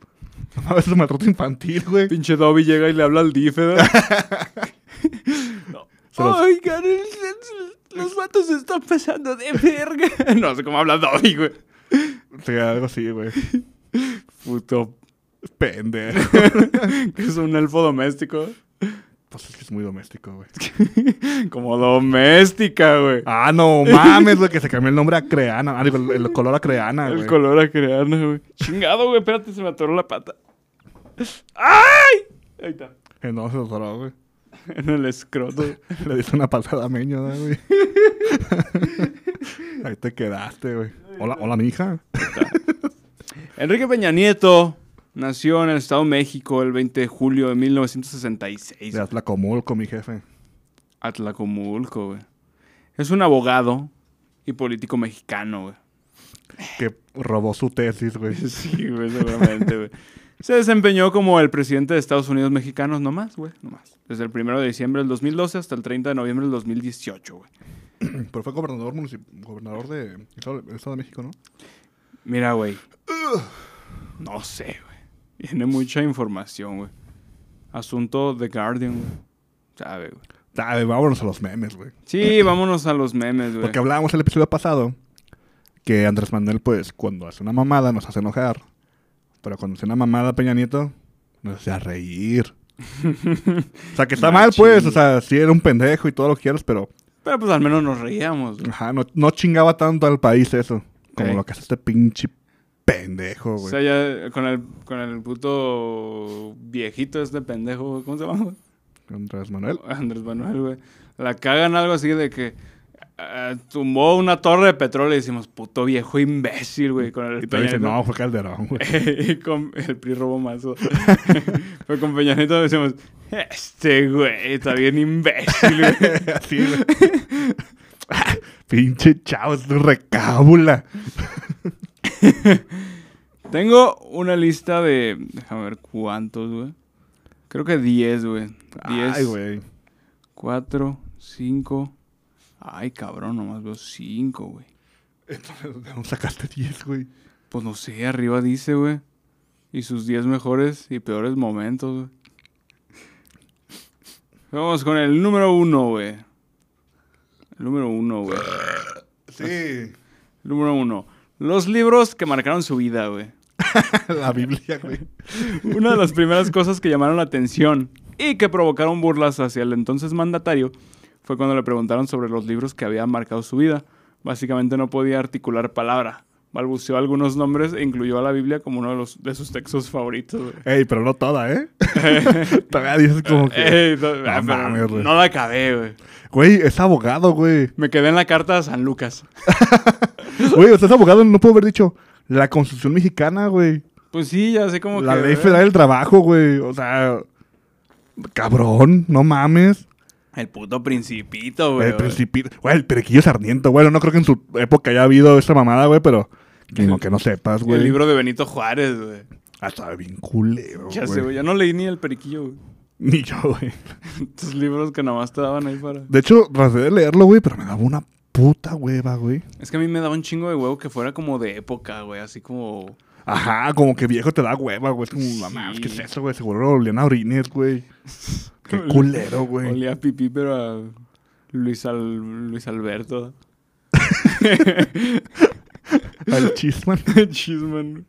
[SPEAKER 1] A veces maltrato infantil, güey.
[SPEAKER 2] Pinche Dobby llega y le habla al DIF, ¿eh? ¿verdad?
[SPEAKER 1] Se los-
[SPEAKER 2] Oigan, el- el- los vatos se están pasando de verga. No sé cómo habla Dobby, güey.
[SPEAKER 1] Sí, algo así, güey.
[SPEAKER 2] Puto.
[SPEAKER 1] Pendejo.
[SPEAKER 2] que es un elfo doméstico.
[SPEAKER 1] Pues es que es muy doméstico, güey.
[SPEAKER 2] Como doméstica, güey.
[SPEAKER 1] Ah, no mames, güey, que se cambió el nombre a Creana. Ah, digo, el, el color a Creana,
[SPEAKER 2] El
[SPEAKER 1] güey.
[SPEAKER 2] color a crear, ¿no, güey. Chingado, güey. Espérate, se me atoró la pata. ¡Ay! Ahí está.
[SPEAKER 1] Que No, se lo güey.
[SPEAKER 2] En el escroto.
[SPEAKER 1] Le diste una patada a Meño, ¿no, güey. Ahí te quedaste, güey. Hola, hola, mi hija.
[SPEAKER 2] Enrique Peña Nieto nació en el Estado de México el 20 de julio de 1966.
[SPEAKER 1] Le la comulco, mi jefe.
[SPEAKER 2] Atlacomulco, güey. Es un abogado y político mexicano, güey.
[SPEAKER 1] Que robó su tesis, güey.
[SPEAKER 2] Sí, güey, seguramente, güey. Se desempeñó como el presidente de Estados Unidos mexicanos nomás, güey, nomás. Desde el 1 de diciembre del 2012 hasta el 30 de noviembre del 2018, güey.
[SPEAKER 1] Pero fue gobernador municipal, gobernador de Estado del Estado de México, ¿no?
[SPEAKER 2] Mira, güey. No sé, güey. Tiene mucha información, güey. Asunto The Guardian, güey. Sabe, güey.
[SPEAKER 1] Dale, Ah, vámonos a los memes, güey.
[SPEAKER 2] Sí, vámonos a los memes, güey.
[SPEAKER 1] Porque hablábamos el episodio pasado que Andrés Manuel, pues, cuando hace una mamada nos hace enojar. Pero cuando hace una mamada Peña Nieto, nos hace a reír. o sea, que está mal, pues. O sea, sí era un pendejo y todo lo que quieras, pero
[SPEAKER 2] Pero pues al menos nos reíamos, güey.
[SPEAKER 1] ajá, no, no chingaba tanto al país eso. Como
[SPEAKER 2] Ey.
[SPEAKER 1] lo que hace este pinche pendejo,
[SPEAKER 2] O
[SPEAKER 1] güey.
[SPEAKER 2] sea, ya con el, con el puto viejito este pendejo, güey, ¿cómo se llama? güey?
[SPEAKER 1] Andrés Manuel.
[SPEAKER 2] Andrés Manuel, güey. La cagan algo así de que ah, tumbó una torre de petróleo y decimos, puto viejo imbécil, güey. Con el
[SPEAKER 1] Y te dice,
[SPEAKER 2] Peña-
[SPEAKER 1] no, fue Calderón, güey.
[SPEAKER 2] y con el PRI robó más. Fue con Peña Nieto decimos, este güey está bien imbécil, güey.
[SPEAKER 1] Así, güey. Pinche chavo, es recábula.
[SPEAKER 2] Tengo una lista de. Déjame ver cuántos, güey. Creo que 10, güey. 10.
[SPEAKER 1] Ay, güey.
[SPEAKER 2] 4, 5. Ay, cabrón, nomás veo 5, güey.
[SPEAKER 1] Entonces, ¿de dónde sacaste 10, güey?
[SPEAKER 2] Pues no sé, arriba dice, güey. Y sus 10 mejores y peores momentos, güey. Vamos con el número 1, güey. El número 1, güey.
[SPEAKER 1] Sí.
[SPEAKER 2] El número 1. Los libros que marcaron su vida, güey.
[SPEAKER 1] La Biblia, güey.
[SPEAKER 2] Una de las primeras cosas que llamaron la atención y que provocaron burlas hacia el entonces mandatario fue cuando le preguntaron sobre los libros que habían marcado su vida. Básicamente no podía articular palabra. Balbuceó algunos nombres e incluyó a la Biblia como uno de, los, de sus textos favoritos. güey.
[SPEAKER 1] Ey, pero no toda, ¿eh? Todavía dices como que...
[SPEAKER 2] Ey, no, ah, pero
[SPEAKER 1] mames, güey.
[SPEAKER 2] no la acabé, güey.
[SPEAKER 1] Güey, es abogado, güey.
[SPEAKER 2] Me quedé en la carta de San Lucas.
[SPEAKER 1] Güey, o sea, es abogado, no puedo haber dicho la Constitución Mexicana, güey.
[SPEAKER 2] Pues sí, ya sé cómo
[SPEAKER 1] La
[SPEAKER 2] que... eh?
[SPEAKER 1] ley federal del trabajo, güey. O sea, cabrón, no mames.
[SPEAKER 2] El puto principito, güey.
[SPEAKER 1] el principito. Güey, el periquillo sarniento, güey. No creo que en su época haya habido esa mamada, güey, pero. Digo que no sepas,
[SPEAKER 2] güey.
[SPEAKER 1] güey.
[SPEAKER 2] El libro de Benito Juárez, güey.
[SPEAKER 1] Hasta bien culero,
[SPEAKER 2] Ya sé,
[SPEAKER 1] güey.
[SPEAKER 2] güey. Ya no leí ni el periquillo, güey.
[SPEAKER 1] Ni yo, güey.
[SPEAKER 2] Tus libros que nada más te daban ahí para.
[SPEAKER 1] De hecho, traté de leerlo, güey, pero me daba una puta hueva, güey.
[SPEAKER 2] Es que a mí me daba un chingo de huevo que fuera como de época, güey. Así como.
[SPEAKER 1] Ajá, como que viejo te da hueva, güey. Es como, mamá, ¿qué es eso, güey? Seguro lo olían a orines, güey. Qué culero, güey.
[SPEAKER 2] Olía a pipí, pero a Luis, Al- Luis Alberto.
[SPEAKER 1] Al chisman.
[SPEAKER 2] Chisman.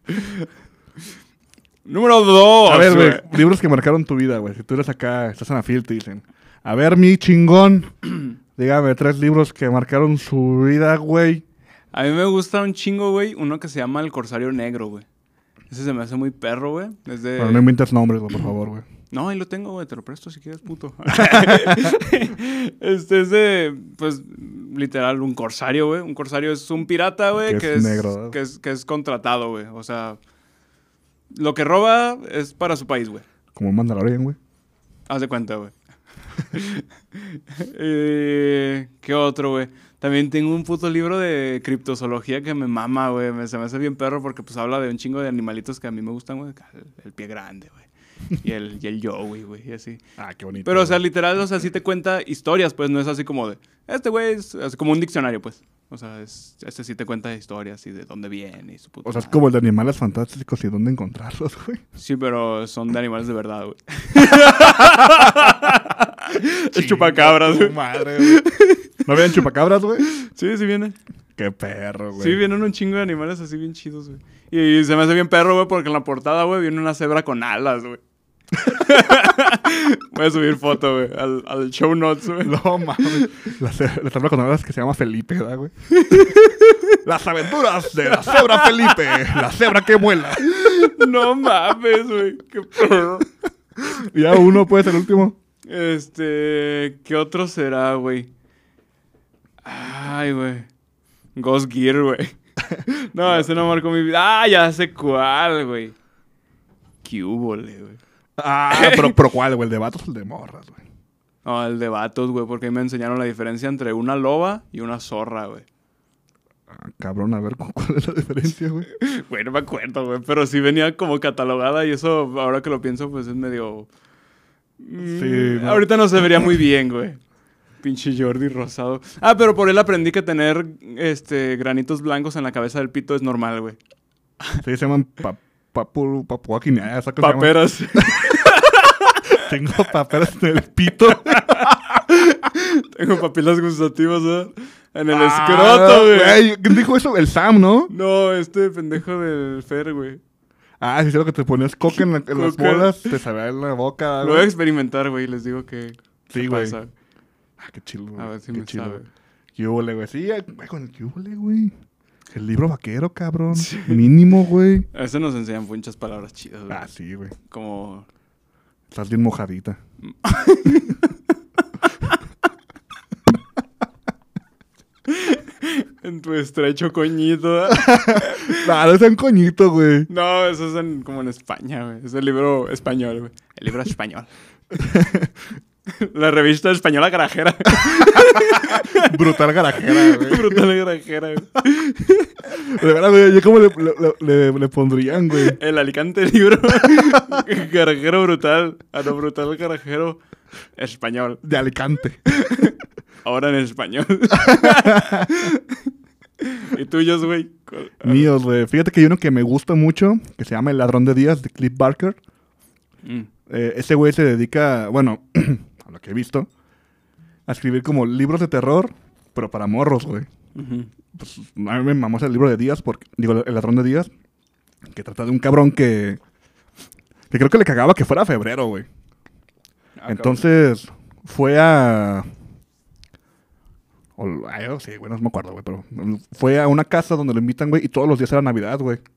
[SPEAKER 2] Número 2.
[SPEAKER 1] A ver, güey, libros que marcaron tu vida, güey. Si tú eres acá, estás en la fila y te dicen, a ver, mi chingón, dígame tres libros que marcaron su vida, güey.
[SPEAKER 2] A mí me gusta un chingo, güey. Uno que se llama El Corsario Negro, güey. Ese se me hace muy perro, güey. Desde...
[SPEAKER 1] Pero no inventes nombres, güey, por favor, güey.
[SPEAKER 2] No, ahí lo tengo, güey, te lo presto si quieres, puto. este es de, pues, literal, un corsario, güey. Un corsario es un pirata, güey, que,
[SPEAKER 1] Que es
[SPEAKER 2] es
[SPEAKER 1] negro, ¿verdad?
[SPEAKER 2] que es que es contratado, güey. O sea, lo que roba es para su país, güey.
[SPEAKER 1] Como un Mandalorian, güey.
[SPEAKER 2] Haz de cuenta, güey. Eh, ¿Qué otro, güey? También tengo un puto libro de criptozoología que me mama, güey. Me- Se me hace bien perro porque pues habla de un chingo de animalitos que a mí me gustan, güey. El, el pie grande, güey. Y el, y el Joey, güey, y así.
[SPEAKER 1] Ah, qué bonito.
[SPEAKER 2] Pero, o sea, literal, o sea, sí te cuenta historias, pues no es así como de, este güey es, es como un diccionario, pues. O sea, es, este sí te cuenta historias y de dónde viene y su puta
[SPEAKER 1] O sea, es
[SPEAKER 2] madre.
[SPEAKER 1] como el de animales fantásticos y dónde encontrarlos, güey.
[SPEAKER 2] Sí, pero son de animales de verdad, güey. Es
[SPEAKER 1] Chinga
[SPEAKER 2] chupacabras,
[SPEAKER 1] tu
[SPEAKER 2] güey.
[SPEAKER 1] madre, güey. ¿No habían chupacabras, güey?
[SPEAKER 2] Sí, sí viene.
[SPEAKER 1] Qué perro, güey.
[SPEAKER 2] Sí, vienen un chingo de animales así bien chidos, güey. Y, se me hace bien perro, güey, porque en la portada, güey, viene una cebra con alas, güey. Voy a subir foto, güey, al, al show notes, güey.
[SPEAKER 1] No mames. La, ce- la tabla con alas que se llama Felipe, ¿verdad, güey? Las aventuras de la cebra Felipe, la cebra que muela.
[SPEAKER 2] No mames, güey. Qué perro.
[SPEAKER 1] Ya uno puede ser el último.
[SPEAKER 2] Este, ¿qué otro será, güey? Ay, güey. Ghost Gear, güey. No, ese no marcó mi vida. Ah, ya sé cuál, güey. ¿Qué hubo, le, güey?
[SPEAKER 1] Ah, pero, pero ¿cuál, güey? El de vatos o el de morras, güey.
[SPEAKER 2] No, el de vatos, güey, porque ahí me enseñaron la diferencia entre una loba y una zorra, güey.
[SPEAKER 1] Ah, cabrón, a ver ¿cu- cuál es la diferencia, güey.
[SPEAKER 2] Güey, no me acuerdo, güey, pero sí venía como catalogada y eso, ahora que lo pienso, pues es medio... Mm,
[SPEAKER 1] Sí, no.
[SPEAKER 2] Ahorita no se vería muy bien, güey. Pinche Jordi rosado. Ah, pero por él aprendí que tener este granitos blancos en la cabeza del pito es normal, güey.
[SPEAKER 1] Sí, se llaman pa, papu, papua guinea, esa cosa se llama.
[SPEAKER 2] Paperas.
[SPEAKER 1] Tengo paperas en el pito.
[SPEAKER 2] Tengo papilas gustativas, ¿verdad? En el
[SPEAKER 1] Ah,
[SPEAKER 2] escroto, güey.
[SPEAKER 1] ¿Quién dijo eso? El Sam, ¿no?
[SPEAKER 2] No, este pendejo del Fer, güey.
[SPEAKER 1] Ah, sí, es lo que te ponías coca en, la- en las
[SPEAKER 2] Coca.
[SPEAKER 1] bolas, te salía en la boca.
[SPEAKER 2] Lo voy a experimentar, güey, y les digo que...
[SPEAKER 1] Ah, Sí,
[SPEAKER 2] qué
[SPEAKER 1] güey.
[SPEAKER 2] pasa.
[SPEAKER 1] Ah, qué chido, güey.
[SPEAKER 2] A ver si
[SPEAKER 1] qué
[SPEAKER 2] me
[SPEAKER 1] chido,
[SPEAKER 2] sabe.
[SPEAKER 1] güey. ¿Qué huele, güey? Sí, eh, güey, con el qué huele, güey. El libro vaquero, cabrón. Mínimo, güey.
[SPEAKER 2] A veces nos enseñan muchas palabras chidas, güey.
[SPEAKER 1] Ah, sí, güey.
[SPEAKER 2] Como...
[SPEAKER 1] Estás bien mojadita.
[SPEAKER 2] En tu estrecho coñito. ¿verdad?
[SPEAKER 1] Ah, no sean coñito, güey.
[SPEAKER 2] No, eso es en- como en España, güey. Es el libro español, güey. El libro español. La revista española garajera.
[SPEAKER 1] Brutal garajera, güey.
[SPEAKER 2] Brutal garajera. güey.
[SPEAKER 1] De verdad, güey, yo cómo le, le- le- le pondrían, güey.
[SPEAKER 2] El Alicante libro. garajero brutal. A lo brutal garajero español.
[SPEAKER 1] De Alicante.
[SPEAKER 2] Ahora en español. ¿Y tuyos, güey? ¿Cuál?
[SPEAKER 1] Míos, güey. Fíjate que hay uno que me gusta mucho, que se llama El Ladrón de Días, de Cliff Barker.
[SPEAKER 2] Mm.
[SPEAKER 1] Eh, ese güey se dedica, bueno, a lo que he visto, a escribir como libros de terror, pero para morros, güey.
[SPEAKER 2] Ujú.
[SPEAKER 1] Pues, a mí me mamó ese libro de Díaz, porque, digo, El Ladrón de Díaz, que trata de un cabrón que, que creo que le cagaba que fuera febrero, güey.
[SPEAKER 2] Ah,
[SPEAKER 1] Entonces, fue a. o- ay, oh, sí, güey, no me acuerdo, güey, pero. mm, Fue a una casa donde lo invitan, güey, y todos los días era Navidad, güey.
[SPEAKER 2] cabrón.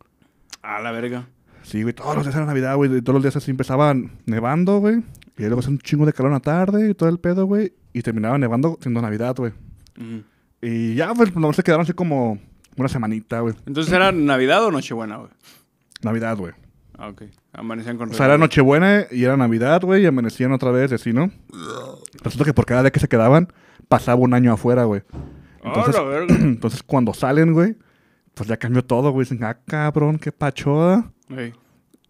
[SPEAKER 2] A la verga.
[SPEAKER 1] Sí, güey, todos los días era Navidad, güey, y todos los días así empezaban nevando, güey. Y luego hacía un chingo de calor en la tarde y todo el pedo, güey. Y terminaba nevando siendo Navidad, güey.
[SPEAKER 2] Ujú.
[SPEAKER 1] Y ya, pues, nomás se quedaron así como una semanita, güey.
[SPEAKER 2] Entonces era Navidad o Nochebuena, güey.
[SPEAKER 1] Navidad, güey.
[SPEAKER 2] Ah, ok. Amanecían con
[SPEAKER 1] O sea, era Nochebuena y era Navidad, güey, y amanecían otra vez y así, ¿no? Resulta que por cada día que se quedaban, pasaba un año afuera, güey. Entonces,
[SPEAKER 2] Ah, la verga.
[SPEAKER 1] entonces cuando salen, güey, pues ya cambió todo, güey. Dicen, ah, cabrón, qué pachoda.
[SPEAKER 2] Ey.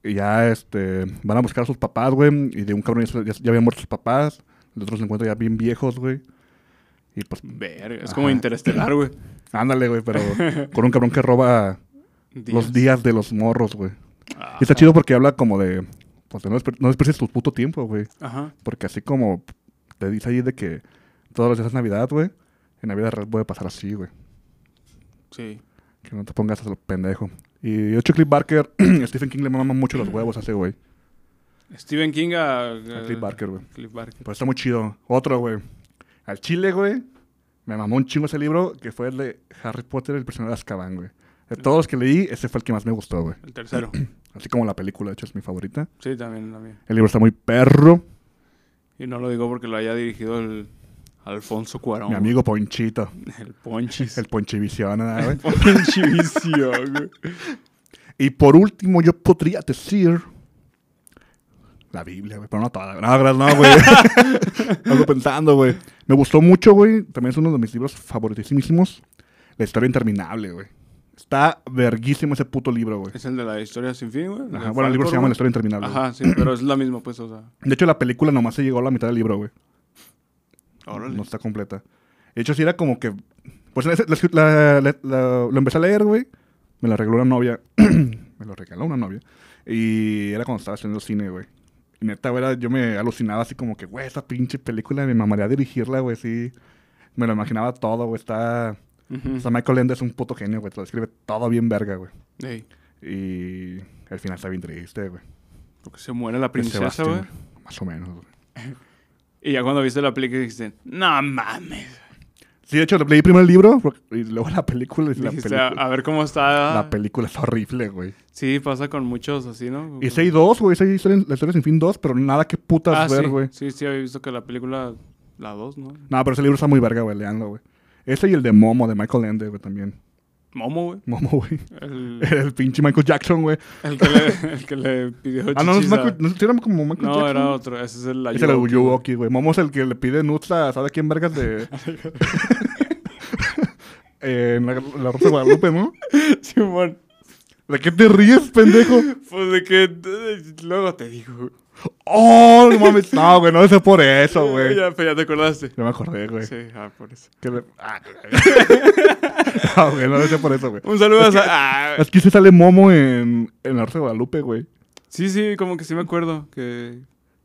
[SPEAKER 1] Y ya, este, van a buscar a sus papás, güey. Y de un cabrón ya, ya- ya habían muerto sus papás. Los otros se encuentran ya bien viejos, güey. Y pues,
[SPEAKER 2] Verga. Es como
[SPEAKER 1] Ajá.
[SPEAKER 2] interestelar, güey.
[SPEAKER 1] ándale, güey, pero con un cabrón que roba los días de los morros, güey.
[SPEAKER 2] Ah.
[SPEAKER 1] Y está chido porque habla como de, pues, de no, desper- no desperdicies tu puto tiempo, güey.
[SPEAKER 2] Ajá.
[SPEAKER 1] Porque así como te dice ahí de que todos los días es Navidad, güey. En la vida real puede pasar así, güey.
[SPEAKER 2] Sí.
[SPEAKER 1] Que no te pongas a lo pendejo. Y ocho Cliff Barker, Stephen King le mama mucho los huevos a ese güey.
[SPEAKER 2] Stephen King a...
[SPEAKER 1] A Cliff Barker, güey.
[SPEAKER 2] Cliff Barker.
[SPEAKER 1] Pero Pues está muy chido. Otro, güey. Al chile, güey. Me mamó un chingo ese libro que fue el de Harry Potter, el prisionero de Azkaban, güey. De todos los que leí, ese fue el que más me gustó, güey.
[SPEAKER 2] El tercero.
[SPEAKER 1] Así como la película, de hecho, es mi favorita.
[SPEAKER 2] Sí, también, también.
[SPEAKER 1] El libro está muy perro.
[SPEAKER 2] Y no lo digo porque lo haya dirigido el Alfonso Cuarón.
[SPEAKER 1] Mi amigo Ponchito.
[SPEAKER 2] güey. El Ponchis.
[SPEAKER 1] El Ponchivisión, ¿verdad, güey.
[SPEAKER 2] Ponchivisión, güey.
[SPEAKER 1] Y por último, yo podría decir. La Biblia, güey, pero no toda. No, gracias, no, güey. Ando pensando, güey. Me gustó mucho, güey. También es uno de mis libros favoritísimos. La historia interminable, güey. Está verguísimo ese puto libro, güey.
[SPEAKER 2] Es el de la historia sin fin, güey.
[SPEAKER 1] Ajá, bueno, el libro se llama La historia interminable. güey.
[SPEAKER 2] Ajá, sí, pero es la misma, pues, o sea.
[SPEAKER 1] De hecho, la película nomás se llegó a la mitad del libro, güey.
[SPEAKER 2] Órale.
[SPEAKER 1] No está completa. De hecho, sí era como que. Pues en ese- la- la- la- la- lo empecé a leer, güey. Me la regaló una novia. me lo regaló una novia. Y era cuando estaba haciendo cine, güey. Y neta, güey, era- yo me alucinaba así como que, güey, esa pinche película, me mamaría dirigirla, güey, sí. Me lo imaginaba todo, güey. Está.
[SPEAKER 2] Ujú.
[SPEAKER 1] O sea, Michael Ende es un puto genio, güey. Te lo escribe todo bien verga, güey.
[SPEAKER 2] Ey,
[SPEAKER 1] Y. El final está bien triste, güey.
[SPEAKER 2] porque se muere la
[SPEAKER 1] De
[SPEAKER 2] princesa,
[SPEAKER 1] Sebastián,
[SPEAKER 2] güey.
[SPEAKER 1] güey. Más o menos, güey.
[SPEAKER 2] Y ya cuando viste la película dijiste, no mames.
[SPEAKER 1] Sí, de hecho, leí primero el libro y luego la película. Y la
[SPEAKER 2] dijiste, ah,
[SPEAKER 1] película.
[SPEAKER 2] a, a ver cómo está.
[SPEAKER 1] La película es horrible, güey.
[SPEAKER 2] sí, pasa con muchos así, ¿no?
[SPEAKER 1] Y sí hay dos, güey. Sí hay historia, la historia sin fin dos, pero nada que putas
[SPEAKER 2] Ah,
[SPEAKER 1] ver,
[SPEAKER 2] sí.
[SPEAKER 1] güey.
[SPEAKER 2] Sí, sí, había visto que la película, la 2, ¿no?
[SPEAKER 1] No, pero ese libro está muy verga, güey. Leanlo, güey. Ese y el de Momo, de Michael Ende, güey, también.
[SPEAKER 2] Momo, güey.
[SPEAKER 1] Momo, güey.
[SPEAKER 2] El,
[SPEAKER 1] El pinche Michael Jackson, güey.
[SPEAKER 2] el que le, el que le pidió
[SPEAKER 1] Ah, no, no es
[SPEAKER 2] chichis a-
[SPEAKER 1] Michael. No, sí era como Michael
[SPEAKER 2] No,
[SPEAKER 1] Jackson.
[SPEAKER 2] era otro. Ese es el
[SPEAKER 1] Es el
[SPEAKER 2] Ayuwoki.
[SPEAKER 1] Uyuoki, güey. Momo es el que le pide nuts a, ¿sabe quién vergas de...? Eh, en la, la Rosa de Guadalupe, ¿no?
[SPEAKER 2] Simón.
[SPEAKER 1] ¿De qué te ríes, pendejo?
[SPEAKER 2] Pues de que eh, luego te digo.
[SPEAKER 1] ¡Oh, no mames! No, güey, no es por eso, güey.
[SPEAKER 2] Ya, pues, ya te acordaste.
[SPEAKER 1] Ya me acordé, güey.
[SPEAKER 2] Sí, ah, por eso.
[SPEAKER 1] Que le- Ah, no, güey, no lo sé por eso, güey.
[SPEAKER 2] Un saludo a... ah,
[SPEAKER 1] Es que se sale Momo en, en la Rosa de Guadalupe, güey.
[SPEAKER 2] sí, sí, como que sí me acuerdo que...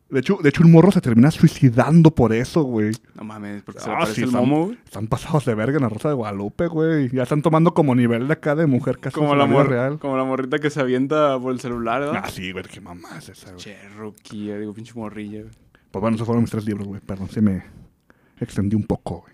[SPEAKER 1] De hecho, de hecho, un morro se termina suicidando por eso, güey.
[SPEAKER 2] No mames, porque se
[SPEAKER 1] Ah,
[SPEAKER 2] le aparece
[SPEAKER 1] sí,
[SPEAKER 2] el
[SPEAKER 1] está-
[SPEAKER 2] momo, güey.
[SPEAKER 1] Están pasados de verga en la Rosa de Guadalupe, güey. Ya están tomando como nivel de acá de mujer casi
[SPEAKER 2] Como la, mor-
[SPEAKER 1] real.
[SPEAKER 2] como la morrita que se avienta por el celular, ¿verdad?
[SPEAKER 1] Ah, sí, güey, qué mamá es esa, güey.
[SPEAKER 2] Che, ruquilla, digo, pinche morrilla, güey.
[SPEAKER 1] Pues bueno, esos fueron mis tres libros, güey. Perdón, se me extendí un poco, güey.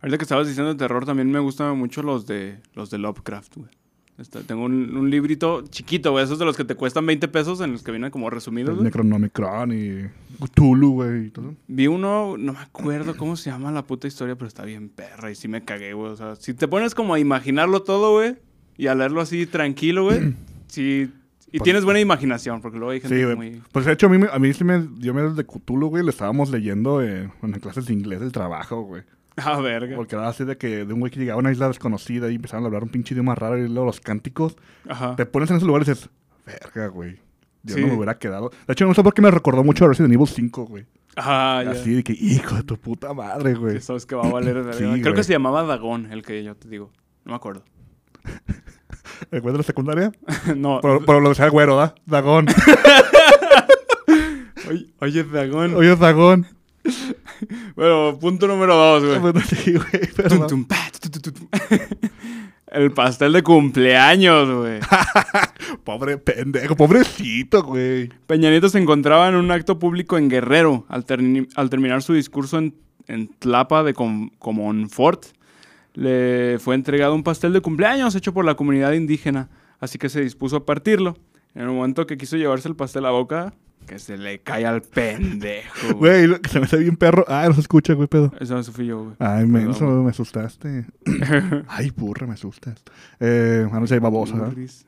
[SPEAKER 2] Ahorita que estabas diciendo de terror, también me gustan mucho los de los de Lovecraft, güey. Está- tengo un, un librito chiquito, güey, esos de los que te cuestan 20 pesos, en los que vienen como resumidos,
[SPEAKER 1] El
[SPEAKER 2] güey.
[SPEAKER 1] Necronomicron y Cthulhu, güey, y todo.
[SPEAKER 2] Vi uno, no me acuerdo cómo se llama la puta historia, pero está bien perra y sí me cagué, güey. O sea, si te pones como a imaginarlo todo, güey, y a leerlo así tranquilo, güey, sí, Y tienes buena imaginación, porque luego hay gente
[SPEAKER 1] Sí, güey.
[SPEAKER 2] muy...
[SPEAKER 1] Pues de hecho, a mí, me- a mí sí me, yo me desde Cthulhu, güey, le estábamos leyendo eh, en clases de inglés del trabajo, güey.
[SPEAKER 2] Ah, verga.
[SPEAKER 1] Porque era así de que de un güey que llegaba a una isla desconocida y empezaban a hablar un pinche idioma raro y luego los cánticos.
[SPEAKER 2] Ajá.
[SPEAKER 1] Te pones en ese lugar y dices, verga, güey. Yo
[SPEAKER 2] Ah. Sí.
[SPEAKER 1] no me hubiera quedado. De hecho, no sé por qué me recordó mucho a Resident Evil 5, güey.
[SPEAKER 2] Ajá, Ah, ya.
[SPEAKER 1] Así de que, hijo de tu puta madre, güey.
[SPEAKER 2] Que sabes que va a valer verga.
[SPEAKER 1] Sí,
[SPEAKER 2] Creo que
[SPEAKER 1] güey.
[SPEAKER 2] se llamaba Dagón, el que yo te digo. No me acuerdo.
[SPEAKER 1] ¿El güey de la secundaria?
[SPEAKER 2] no.
[SPEAKER 1] Por, por lo que sea güero, ¿da? Dagón.
[SPEAKER 2] Oye, oye, Dagón.
[SPEAKER 1] Oye, es Dagón.
[SPEAKER 2] Bueno, punto número dos, güey.
[SPEAKER 1] Bueno, sí, güey,
[SPEAKER 2] Tum,
[SPEAKER 1] perdón.
[SPEAKER 2] tum, pa, tu, tu, tu, tum. El pastel de cumpleaños, güey.
[SPEAKER 1] Pobre pendejo, pobrecito, güey.
[SPEAKER 2] Peñanito se encontraba en un acto público en Guerrero al, terni- al terminar su discurso en, en Tlapa de Com- Comonfort. Le fue entregado un pastel de cumpleaños hecho por la comunidad indígena, así que se dispuso a partirlo. En el momento que quiso llevarse el pastel a la boca, que se le cae al pendejo.
[SPEAKER 1] Güey,
[SPEAKER 2] güey.
[SPEAKER 1] lo que se me hace bien perro. Ah, no se escucha, güey, pedo.
[SPEAKER 2] Eso no fui yo, güey.
[SPEAKER 1] Ay,
[SPEAKER 2] Perdón,
[SPEAKER 1] menso, me asustaste. Ay, burra, me asustas. Eh, anoche hay babosa. ¿verdad?
[SPEAKER 2] Burris.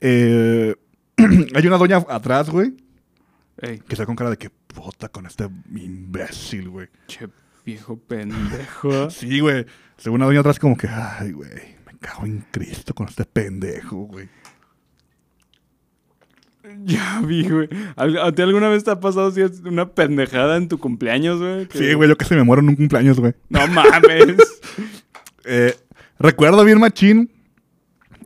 [SPEAKER 1] Eh, hay una doña atrás, güey,
[SPEAKER 2] Ey,
[SPEAKER 1] que está con cara de que puta con este imbécil, güey.
[SPEAKER 2] che, viejo pendejo.
[SPEAKER 1] Sí, güey. Según una doña atrás, como que, ay, güey, me cago en Cristo con este pendejo, güey.
[SPEAKER 2] Ya vi, güey. ¿Al- ¿A ti alguna vez te ha pasado si es una pendejada en tu cumpleaños, güey? Que-
[SPEAKER 1] Sí, güey, yo que se me muero en un cumpleaños, güey.
[SPEAKER 2] No mames.
[SPEAKER 1] Eh, recuerdo bien, machín.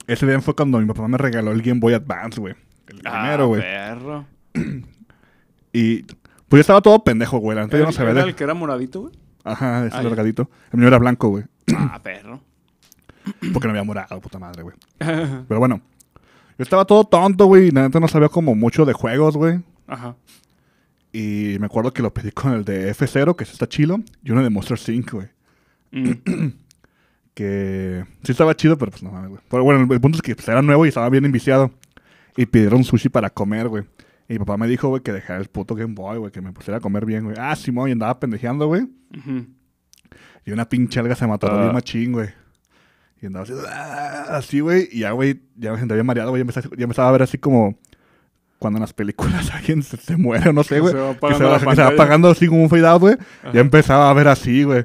[SPEAKER 1] Ese día fue cuando mi papá me regaló el Game Boy Advance, güey. El primero, güey.
[SPEAKER 2] Perro.
[SPEAKER 1] Y pues yo estaba todo pendejo, güey. La neta yo no
[SPEAKER 2] ¿Era-
[SPEAKER 1] sabía.
[SPEAKER 2] ¿Era
[SPEAKER 1] de-
[SPEAKER 2] el que era moradito, güey?
[SPEAKER 1] Ajá, ese
[SPEAKER 2] Ah, ya.
[SPEAKER 1] delgadito. El mío era blanco, güey.
[SPEAKER 2] Ah, perro.
[SPEAKER 1] Porque no había morado, puta madre, güey. Pero bueno. Yo estaba todo tonto, güey. y La neta no sabía como mucho de juegos, güey.
[SPEAKER 2] Ajá.
[SPEAKER 1] Y me acuerdo que lo pedí con el de F0, que es está chilo. Y uno de Monster 5, güey.
[SPEAKER 2] Mm.
[SPEAKER 1] Que sí estaba chido, pero pues no mames, güey. Pero bueno, el, el punto es que pues, era nuevo y estaba bien enviciado. Y pidieron sushi para comer, güey. Y mi papá me dijo, güey, que dejara el puto Game Boy, güey, que me pusiera a comer bien, güey. Ah, Simón, y andaba pendejeando, güey.
[SPEAKER 2] Ujú.
[SPEAKER 1] Y una pinche alga se mató a
[SPEAKER 2] Ah.
[SPEAKER 1] bien machín, güey. Y andaba así, "Ah", así, güey. Y ya, güey, ya me sentía bien mareado, güey. Ya empezaba, ya empezaba a ver así como cuando en las películas alguien se, se muere, no sé,
[SPEAKER 2] Que
[SPEAKER 1] güey.
[SPEAKER 2] se va
[SPEAKER 1] Que se
[SPEAKER 2] apagando
[SPEAKER 1] va,
[SPEAKER 2] la
[SPEAKER 1] que se va
[SPEAKER 2] pantalla.
[SPEAKER 1] apagando así como un fade out, güey.
[SPEAKER 2] Ajá.
[SPEAKER 1] Ya empezaba a ver así, güey.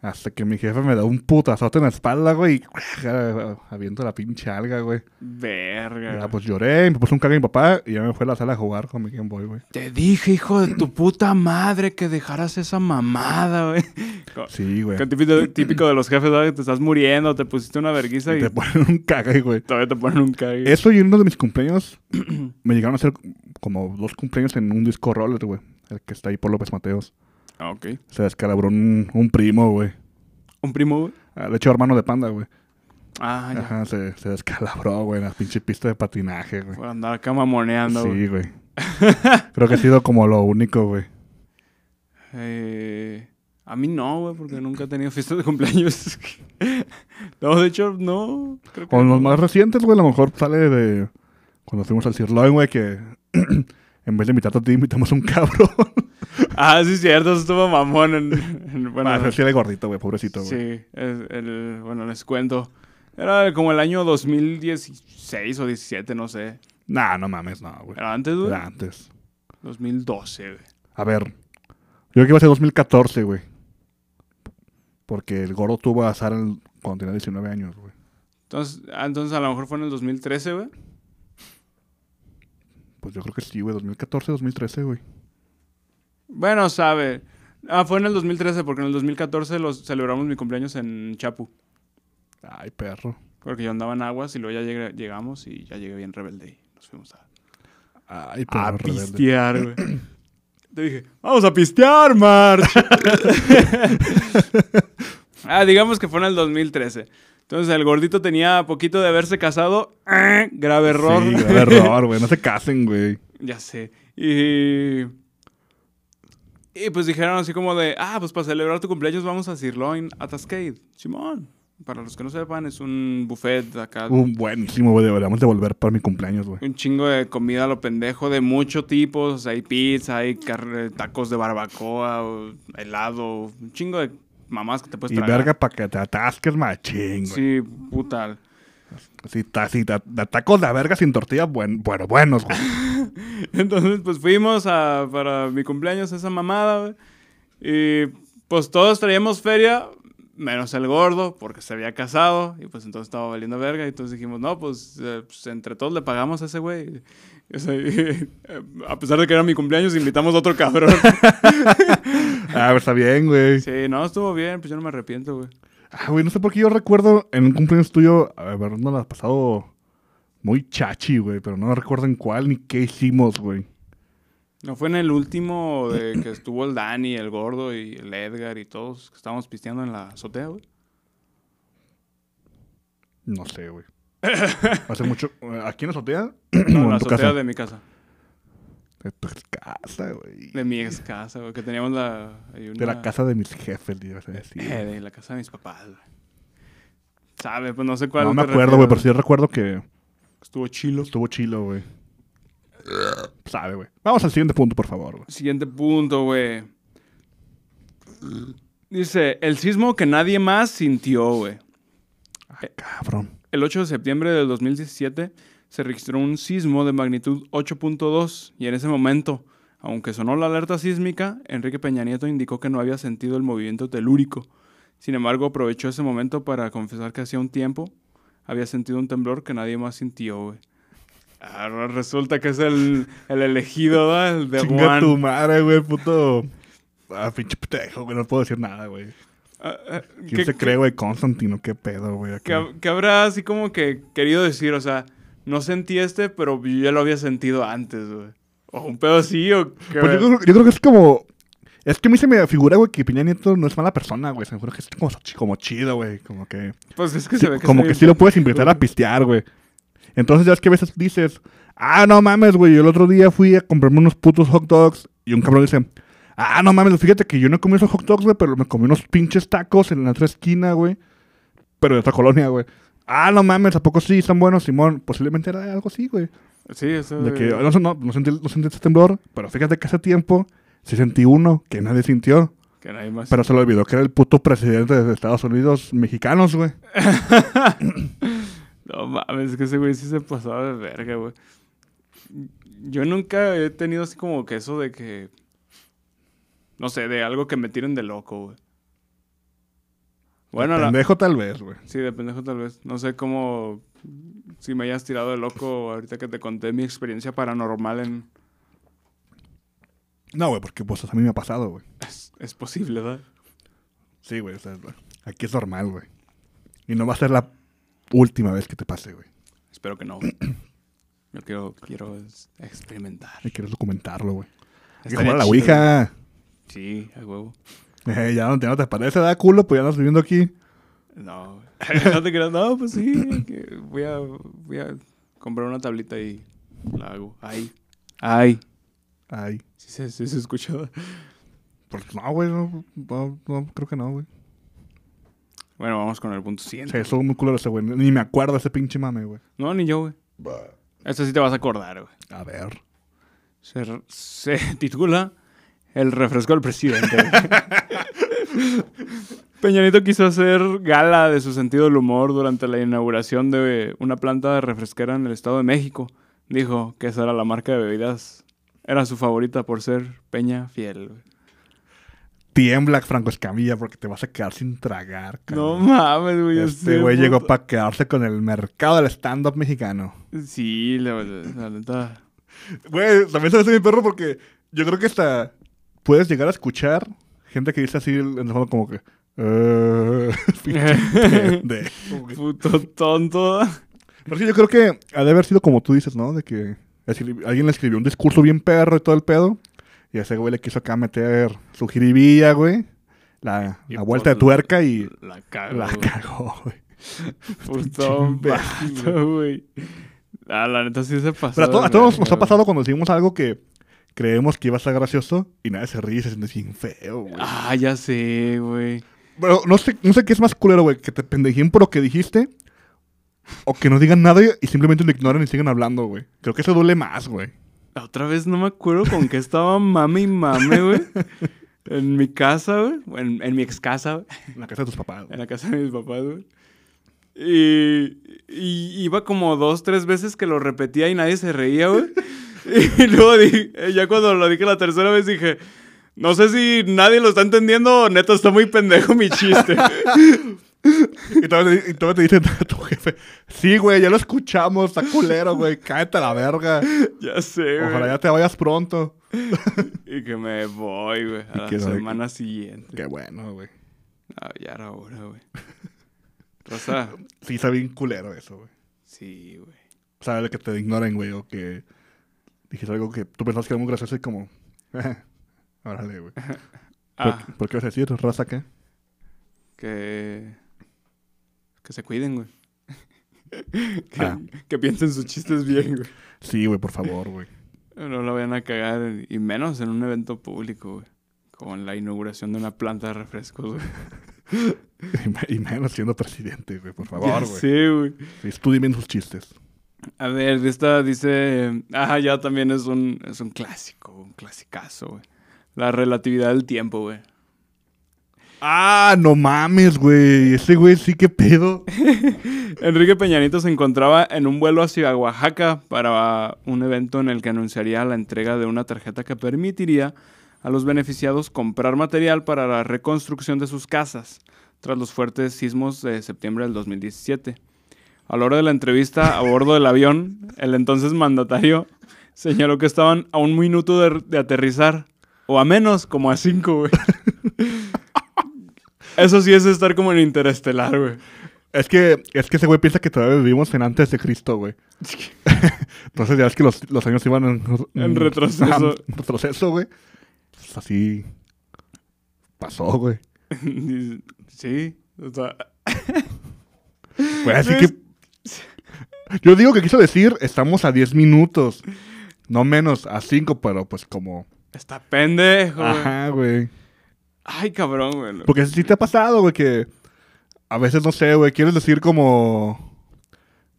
[SPEAKER 1] Hasta que mi jefe me da un putazote en la espalda, güey. Y aviento la pinche alga, güey.
[SPEAKER 2] Verga.
[SPEAKER 1] Ya, pues lloré, me puse un cague en mi papá y ya me fue a la sala a jugar con mi Game Boy, güey.
[SPEAKER 2] Te dije, hijo de tu puta madre, que dejaras esa mamada, güey. Co-
[SPEAKER 1] Sí, güey.
[SPEAKER 2] que Típico, típico de los jefes, ¿sabes? Te estás muriendo, te pusiste una verguiza
[SPEAKER 1] Y
[SPEAKER 2] y
[SPEAKER 1] te ponen un cague, güey.
[SPEAKER 2] todavía te ponen un cague.
[SPEAKER 1] Eso y uno de mis cumpleaños me llegaron a hacer como dos cumpleaños en un disco roller, güey. El que está ahí por López Mateos.
[SPEAKER 2] Ah, ok.
[SPEAKER 1] Se descalabró un, un primo, güey.
[SPEAKER 2] ¿Un primo, güey?
[SPEAKER 1] Ah, De hecho, hermano de panda, güey.
[SPEAKER 2] Ah, ya.
[SPEAKER 1] Ajá, se, se descalabró, güey, en las pinches pistas de patinaje, güey.
[SPEAKER 2] Por andar acá mamoneando, güey.
[SPEAKER 1] Sí, güey. Creo que ha sido como lo único, güey.
[SPEAKER 2] Eh, a mí no, güey, porque nunca he tenido fiestas de cumpleaños. no, de hecho, no. Creo que
[SPEAKER 1] Con los
[SPEAKER 2] no.
[SPEAKER 1] más recientes, güey, a lo mejor sale de cuando fuimos al Sirloin, güey, que en vez de invitarte a ti, invitamos a un cabrón.
[SPEAKER 2] Ah, sí, es cierto, eso estuvo mamón. En, en- bueno,
[SPEAKER 1] Para hacerse de gordito, güey, pobrecito, güey.
[SPEAKER 2] sí, es el- bueno, les cuento. Era como el año 2016 o 17, no sé.
[SPEAKER 1] Nah, no mames, no, güey.
[SPEAKER 2] Era antes, güey.
[SPEAKER 1] Era antes.
[SPEAKER 2] 2012, güey.
[SPEAKER 1] A ver, yo creo que iba a ser 2014, güey. Porque el gordo tuvo azar en- cuando tenía 19 años, güey.
[SPEAKER 2] Entonces, ah, entonces, a lo mejor fue en el 2013, güey.
[SPEAKER 1] Pues yo creo que sí, güey, 2014, 2013, güey.
[SPEAKER 2] Bueno, sabe. Ah, fue en el 2013, porque en el 2014 los, celebramos mi cumpleaños en Chapu.
[SPEAKER 1] Ay, perro.
[SPEAKER 2] Porque yo andaba en aguas y luego ya llegué- llegamos y ya llegué bien rebelde y nos fuimos a,
[SPEAKER 1] Ay, perro.
[SPEAKER 2] a
[SPEAKER 1] rebelde.
[SPEAKER 2] pistear, güey. Te dije, vamos a pistear, March. ah, digamos que fue en el 2013. Entonces el gordito tenía poquito de haberse casado. Ah, Grave error.
[SPEAKER 1] Sí, grave error, güey. No se casen, güey.
[SPEAKER 2] ya sé. Y. Y pues dijeron así como de, ah, pues para celebrar tu cumpleaños vamos a Sirloin a Tascade. Simón. Para los que no sepan, es un buffet acá.
[SPEAKER 1] Un buenísimo, güey. Deberíamos de volver para mi cumpleaños, güey.
[SPEAKER 2] Un chingo de comida a lo pendejo de muchos tipos. O sea, hay pizza, hay car- tacos de barbacoa, o helado, un chingo de mamás que te puedes
[SPEAKER 1] Y
[SPEAKER 2] tragar.
[SPEAKER 1] verga para que te atasques machín, güey.
[SPEAKER 2] Sí, puta.
[SPEAKER 1] Así, ta- sí, ta- ta- tacos de verga sin tortilla, buen, bueno, buenos, güey.
[SPEAKER 2] Entonces, pues fuimos a, para mi cumpleaños a esa mamada, güey. Y pues todos traíamos feria, menos el gordo, porque se había casado. Y pues entonces estaba valiendo verga. Y entonces dijimos, no, pues, eh, pues, entre todos le pagamos a ese güey. Y, o sea, y, eh, a pesar de que era mi cumpleaños, invitamos a otro cabrón.
[SPEAKER 1] Ah, está bien, güey.
[SPEAKER 2] sí, no, estuvo bien, pues yo no me arrepiento, güey.
[SPEAKER 1] Ah, güey, no sé por qué yo recuerdo en un cumpleaños tuyo habernos las pasado muy chachi, güey, pero no recuerdo en cuál ni qué hicimos, güey.
[SPEAKER 2] No fue en el último de que estuvo el Dani, el gordo y el Edgar y todos que estábamos pisteando en la azotea, güey.
[SPEAKER 1] No sé, güey. Hace mucho. ¿Aquí en la azotea?
[SPEAKER 2] No, en
[SPEAKER 1] ¿O
[SPEAKER 2] la
[SPEAKER 1] tu
[SPEAKER 2] azotea
[SPEAKER 1] casa?
[SPEAKER 2] de mi casa.
[SPEAKER 1] De tu casa, güey.
[SPEAKER 2] De mi ex casa, güey, que teníamos la... hay
[SPEAKER 1] De la
[SPEAKER 2] una-
[SPEAKER 1] casa de mis jefes, le ibas a decir.
[SPEAKER 2] Eh, de la casa de mis papás, güey. ¿Sabe? Pues no sé cuál.
[SPEAKER 1] No me
[SPEAKER 2] te
[SPEAKER 1] acuerdo, güey, pero
[SPEAKER 2] refieres.
[SPEAKER 1] sí recuerdo que
[SPEAKER 2] Estuvo chilo.
[SPEAKER 1] estuvo chilo, güey. Sabe, güey. Vamos al siguiente punto, por favor, güey.
[SPEAKER 2] Siguiente punto, güey. Dice, el sismo que nadie más sintió, güey.
[SPEAKER 1] Ah,
[SPEAKER 2] Eh,
[SPEAKER 1] Cabrón.
[SPEAKER 2] El 8 de septiembre del 2017 se registró un sismo de magnitud 8.2 y en ese momento, aunque sonó la alerta sísmica, Enrique Peña Nieto indicó que no había sentido el movimiento telúrico. Sin embargo, aprovechó ese momento para confesar que hacía un tiempo había sentido un temblor que nadie más sintió, güey. Ahora resulta que es el, el elegido, ¿verdad? El de
[SPEAKER 1] Chinga
[SPEAKER 2] Juan.
[SPEAKER 1] tu madre, güey, puto. Ah, pinche petejo, güey. No puedo decir nada, güey.
[SPEAKER 2] Ah, ah,
[SPEAKER 1] ¿Quién se
[SPEAKER 2] ¿qué-
[SPEAKER 1] cree, güey? Constantino, qué pedo, güey.
[SPEAKER 2] que,
[SPEAKER 1] acá?
[SPEAKER 2] que habrá así como que querido decir, o sea, no sentí este, pero yo ya lo había sentido antes, güey. O un pedo así, o que...
[SPEAKER 1] Pues yo, creo- yo creo que es como. Es que a mí se me figura, güey, que Piña Nieto no es mala persona, güey. Se me figura que es como, como chido, güey. Como que.
[SPEAKER 2] Pues es que
[SPEAKER 1] Sí,
[SPEAKER 2] se ve que
[SPEAKER 1] como
[SPEAKER 2] está
[SPEAKER 1] que
[SPEAKER 2] bien
[SPEAKER 1] sí lo puedes
[SPEAKER 2] pendejo,
[SPEAKER 1] invitar a pistear, güey. Entonces ya es que a veces dices, ah, no mames, güey, yo el otro día fui a comprarme unos putos hot dogs y un cabrón dice, ah, no mames, fíjate que yo no comí esos hot dogs, güey, pero me comí unos pinches tacos en la otra esquina, güey, pero de otra colonia, güey. Ah, no mames, ¿a poco sí? ¿Están buenos, Simón? Posiblemente era algo así, güey.
[SPEAKER 2] güey. Sí, eso...
[SPEAKER 1] De que no, sé, no, no sentí, no sentí ese temblor, pero fíjate que hace tiempo sí sentí uno que nadie sintió,
[SPEAKER 2] Que nadie más...
[SPEAKER 1] pero se lo olvidó que era el puto presidente de Estados Unidos mexicanos, güey.
[SPEAKER 2] No mames, es que ese güey sí se pasaba de verga, güey. Yo nunca he tenido así como que eso de que... No sé, de algo que me tiren de loco, güey. Bueno,
[SPEAKER 1] De
[SPEAKER 2] la...
[SPEAKER 1] Pendejo tal vez, güey.
[SPEAKER 2] Sí, de pendejo tal vez. No sé cómo... Si me hayas tirado de loco ahorita que te conté mi experiencia paranormal en...
[SPEAKER 1] No, güey, porque pues a mí me ha pasado, güey.
[SPEAKER 2] Es, es posible, ¿verdad?
[SPEAKER 1] Sí, güey, o sea, aquí es normal, güey. Y no va a ser la última vez que te pase, güey.
[SPEAKER 2] Espero que no. güey. Yo quiero, quiero es- experimentar.
[SPEAKER 1] Y quieres documentarlo, güey. Hay que
[SPEAKER 2] Estaría
[SPEAKER 1] jugar a la
[SPEAKER 2] chido,
[SPEAKER 1] Ouija.
[SPEAKER 2] güey. Sí, a huevo.
[SPEAKER 1] Eh, ya, no, ya no te parece, da culo, pues ya andas viviendo aquí.
[SPEAKER 2] No, güey. no te creas. No, pues sí. que Voy a, voy a comprar una tablita y la hago. Ay. Ay.
[SPEAKER 1] Ay.
[SPEAKER 2] Sí se, sí se escuchó.
[SPEAKER 1] Pues no, güey, no, no, no, creo que no, güey.
[SPEAKER 2] Bueno, vamos con el punto
[SPEAKER 1] O
[SPEAKER 2] 100.
[SPEAKER 1] sea, estuvo muy culo ese, güey. Ni me acuerdo de ese pinche mame, güey.
[SPEAKER 2] No, ni yo, güey. Esto sí te vas a acordar, güey.
[SPEAKER 1] A ver.
[SPEAKER 2] Se, r- se titula El refresco del presidente. Peñanito quiso hacer gala de su sentido del humor durante la inauguración de una planta de refresquera en el Estado de México. Dijo que esa era la marca de bebidas. Era su favorita por ser Peña Fiel. güey.
[SPEAKER 1] Tiembla, Franco Escamilla, porque te vas a quedar sin tragar,
[SPEAKER 2] No
[SPEAKER 1] cabrón.
[SPEAKER 2] mames, güey.
[SPEAKER 1] Este
[SPEAKER 2] ese
[SPEAKER 1] güey llegó
[SPEAKER 2] puto-
[SPEAKER 1] para quedarse con el mercado del stand-up mexicano.
[SPEAKER 2] Sí, la la neta.
[SPEAKER 1] Güey, también se hace mi perro porque yo creo que hasta puedes llegar a escuchar gente que dice así en el fondo como que... "Eh", pinche pendejo, güey.
[SPEAKER 2] Puto tonto.
[SPEAKER 1] Pero sí, yo creo que ha de haber sido como tú dices, ¿no? De que escri- alguien le escribió un discurso bien perro y todo el pedo. Y a ese güey le quiso acá meter su jiribilla, güey. La,
[SPEAKER 2] Y
[SPEAKER 1] la vuelta de
[SPEAKER 2] pues,
[SPEAKER 1] tuerca y
[SPEAKER 2] La cago.
[SPEAKER 1] la
[SPEAKER 2] güey.
[SPEAKER 1] cagó, güey.
[SPEAKER 2] Puto
[SPEAKER 1] Pinche
[SPEAKER 2] vato, güey. Ah, la neta sí se pasó.
[SPEAKER 1] Pero a, to-
[SPEAKER 2] de
[SPEAKER 1] a todos nos
[SPEAKER 2] verga,
[SPEAKER 1] ha pasado cuando decimos algo que creemos que iba a ser gracioso y nadie se ríe, se siente bien feo,
[SPEAKER 2] güey.
[SPEAKER 1] güey.
[SPEAKER 2] Ah, ya sé, güey.
[SPEAKER 1] Pero no sé, no sé qué es más culero, güey. Que te pendejen por lo que dijiste. O que no digan nada y simplemente lo ignoren y sigan hablando, güey. Creo que eso duele más, güey.
[SPEAKER 2] La otra vez no me acuerdo con qué estaba mame y mame, güey. En mi casa, güey. En, en mi ex casa, güey.
[SPEAKER 1] En la casa de tus papás.
[SPEAKER 2] En la casa de mis papás, güey. Y, y iba como dos, tres veces que lo repetía y nadie se reía, güey. Y luego di- eh, ya cuando lo dije la tercera vez dije, no sé si nadie lo está entendiendo, o neta está muy pendejo mi chiste.
[SPEAKER 1] Y todavía, te- y todavía te dicen a tu jefe, sí, güey, ya lo escuchamos, está culero, güey, cállate a la verga.
[SPEAKER 2] ya sé, güey.
[SPEAKER 1] Ojalá ya te vayas pronto.
[SPEAKER 2] Y que me voy, güey, a
[SPEAKER 1] Y
[SPEAKER 2] la
[SPEAKER 1] que no-
[SPEAKER 2] semana siguiente.
[SPEAKER 1] Qué bueno, güey.
[SPEAKER 2] Ah, ya era hora, güey. Rosa,
[SPEAKER 1] Sí, está bien culero eso, güey.
[SPEAKER 2] sí, güey.
[SPEAKER 1] O sea, el que te ignoren, güey, o que dijiste algo que tú pensabas que era muy gracioso y como, órale, güey. ¿Por-
[SPEAKER 2] Ah,
[SPEAKER 1] ¿Por, qué vas a decir raza qué?
[SPEAKER 2] que... Que se cuiden, güey. que,
[SPEAKER 1] Ah.
[SPEAKER 2] que piensen sus chistes bien, güey.
[SPEAKER 1] Sí, güey, por favor, güey.
[SPEAKER 2] No lo vayan a cagar, en- y menos en un evento público, güey. Como en la inauguración de una planta de refrescos, güey.
[SPEAKER 1] Y me- Y menos siendo presidente, güey, por
[SPEAKER 2] Ya
[SPEAKER 1] favor, güey.
[SPEAKER 2] sé, güey.
[SPEAKER 1] Sí, estudien bien sus chistes.
[SPEAKER 2] A ver, de esta dice... Ah, ya también es un, es un clásico, un clasicazo, güey. La relatividad del tiempo, güey.
[SPEAKER 1] Ah, no mames, güey. Ese güey sí que pedo.
[SPEAKER 2] Enrique Peñanito se encontraba en un vuelo hacia Oaxaca para un evento en el que anunciaría la entrega de una tarjeta que permitiría a los beneficiados comprar material para la reconstrucción de sus casas tras los fuertes sismos de septiembre del 2017. A la hora de la entrevista a bordo del avión, el entonces mandatario señaló que estaban a un minuto de, de aterrizar, o a menos, como a cinco, güey. Eso sí es estar como en interestelar, güey.
[SPEAKER 1] Es que, es que ese güey piensa que todavía vivimos en antes de Cristo, güey. Entonces ya es que los, los años iban en,
[SPEAKER 2] En retroceso.
[SPEAKER 1] Ajá, en retroceso, güey. Pues así pasó, güey.
[SPEAKER 2] Dices, Sí, o sea,
[SPEAKER 1] Güey, así
[SPEAKER 2] No
[SPEAKER 1] que... Yo digo que quiso decir, estamos a 10 minutos. No menos, a 5, pero pues como...
[SPEAKER 2] está pendejo, güey.
[SPEAKER 1] Ajá, Pues güey.
[SPEAKER 2] Ay, cabrón, güey. no.
[SPEAKER 1] Porque sí te ha pasado, güey, que... A veces, no sé, güey, quieres decir como...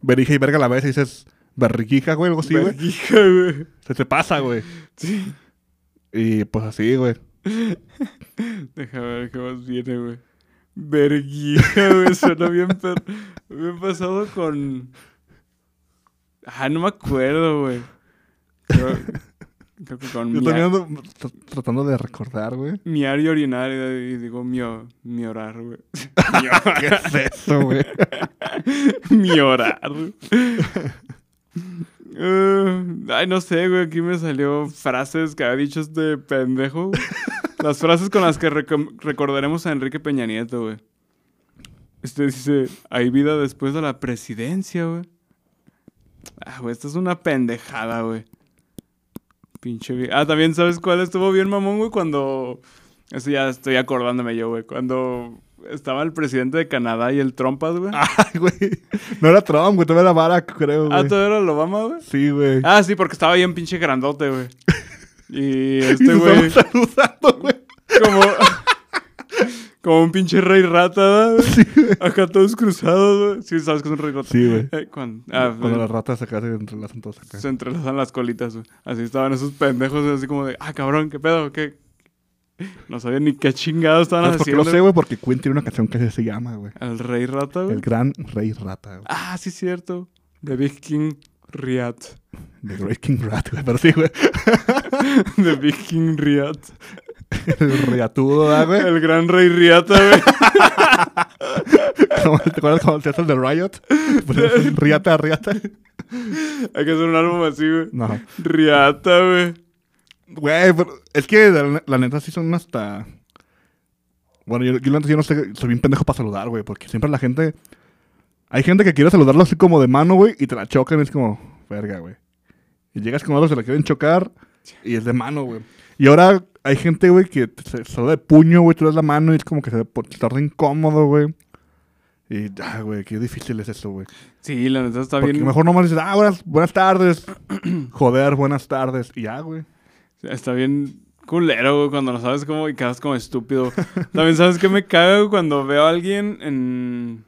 [SPEAKER 1] Berija y verga a la vez y dices... Berriquija, güey, algo así, güey.
[SPEAKER 2] Verguija, güey.
[SPEAKER 1] Se te pasa, güey.
[SPEAKER 2] Sí.
[SPEAKER 1] Y pues así, güey.
[SPEAKER 2] Deja ver qué más viene, güey. Verguija, güey. Suena bien per... Me he pasado con... Ah, no me acuerdo, güey. Creo, creo que con
[SPEAKER 1] Yo
[SPEAKER 2] mi,
[SPEAKER 1] también ando tr- tratando de recordar, güey.
[SPEAKER 2] miar y orinar y digo mi, o- mi orar, güey.
[SPEAKER 1] ¿Qué es eso, güey?
[SPEAKER 2] mi orar. Eh, ay, no sé, güey. Aquí me salió frases que ha dicho este pendejo. güey. Las frases con las que recom- recordaremos a Enrique Peña Nieto, güey. Este dice, hay vida después de la presidencia, güey. Ah, güey, esta es una pendejada, güey. Pinche vie- Ah, también sabes cuál estuvo bien mamón, güey, cuando... Eso ya estoy acordándome yo, güey. Cuando estaba el presidente de Canadá y el Trompas, güey.
[SPEAKER 1] Ay, güey. No era Trump, güey. Todavía era Barack, creo,
[SPEAKER 2] Ah,
[SPEAKER 1] güey.
[SPEAKER 2] todo era el Obama, güey.
[SPEAKER 1] Sí, güey.
[SPEAKER 2] Ah, sí, porque estaba bien pinche grandote, güey. Y
[SPEAKER 1] Y
[SPEAKER 2] este
[SPEAKER 1] se
[SPEAKER 2] güey,
[SPEAKER 1] estaban saludando, güey.
[SPEAKER 2] como, como un pinche rey rata, ¿no, güey. Acá todos cruzados, güey. Sí, sabes que es un rey rata.
[SPEAKER 1] Sí, güey.
[SPEAKER 2] Eh, cuando, ah,
[SPEAKER 1] Cuando
[SPEAKER 2] eh,
[SPEAKER 1] las ratas se quedan entre las todas acá.
[SPEAKER 2] se entrelazan las colitas, güey. Así estaban esos pendejos, así como de, ah, cabrón, qué pedo, qué. No sabía ni qué chingados estaban
[SPEAKER 1] ¿Sabes por qué
[SPEAKER 2] haciendo.
[SPEAKER 1] lo sé, güey? Porque Quinn tiene una canción que así se llama, güey.
[SPEAKER 2] El rey rata, güey.
[SPEAKER 1] El gran rey rata, güey.
[SPEAKER 2] Ah, sí, cierto. The Big King Riat.
[SPEAKER 1] The Great King Rat, güey. Pero sí, güey.
[SPEAKER 2] The Big King Riat.
[SPEAKER 1] El riatudo, ¿verdad, güey.
[SPEAKER 2] El gran rey riata, güey.
[SPEAKER 1] Como- ¿Te acuerdas cuando te haces el de Riot? Ponías el Riata, riata.
[SPEAKER 2] Hay que hacer un álbum así, güey.
[SPEAKER 1] No.
[SPEAKER 2] Riata, güey.
[SPEAKER 1] Güey, pero es que la, la neta sí son hasta. Bueno, yo, yo la neta yo no sé, soy bien pendejo para saludar, güey, porque siempre la gente. Hay gente que quiere saludarlo así como de mano, güey, y te la chocan y es como, verga, güey. Y llegas con otros, se la quieren chocar y es de mano, güey. Y ahora hay gente, güey, que te- se saluda de puño, güey, tú le das la mano y es como que se po- se torna incómodo, güey. Y, ah, güey, qué difícil es eso, güey.
[SPEAKER 2] Sí, la neta está
[SPEAKER 1] Porque
[SPEAKER 2] bien.
[SPEAKER 1] mejor nomás dices, ah, buenas, buenas tardes. Joder, buenas tardes. Y ya, güey.
[SPEAKER 2] Está bien culero, güey, cuando no sabes cómo y quedas como estúpido. También sabes que me cago cuando veo a alguien en,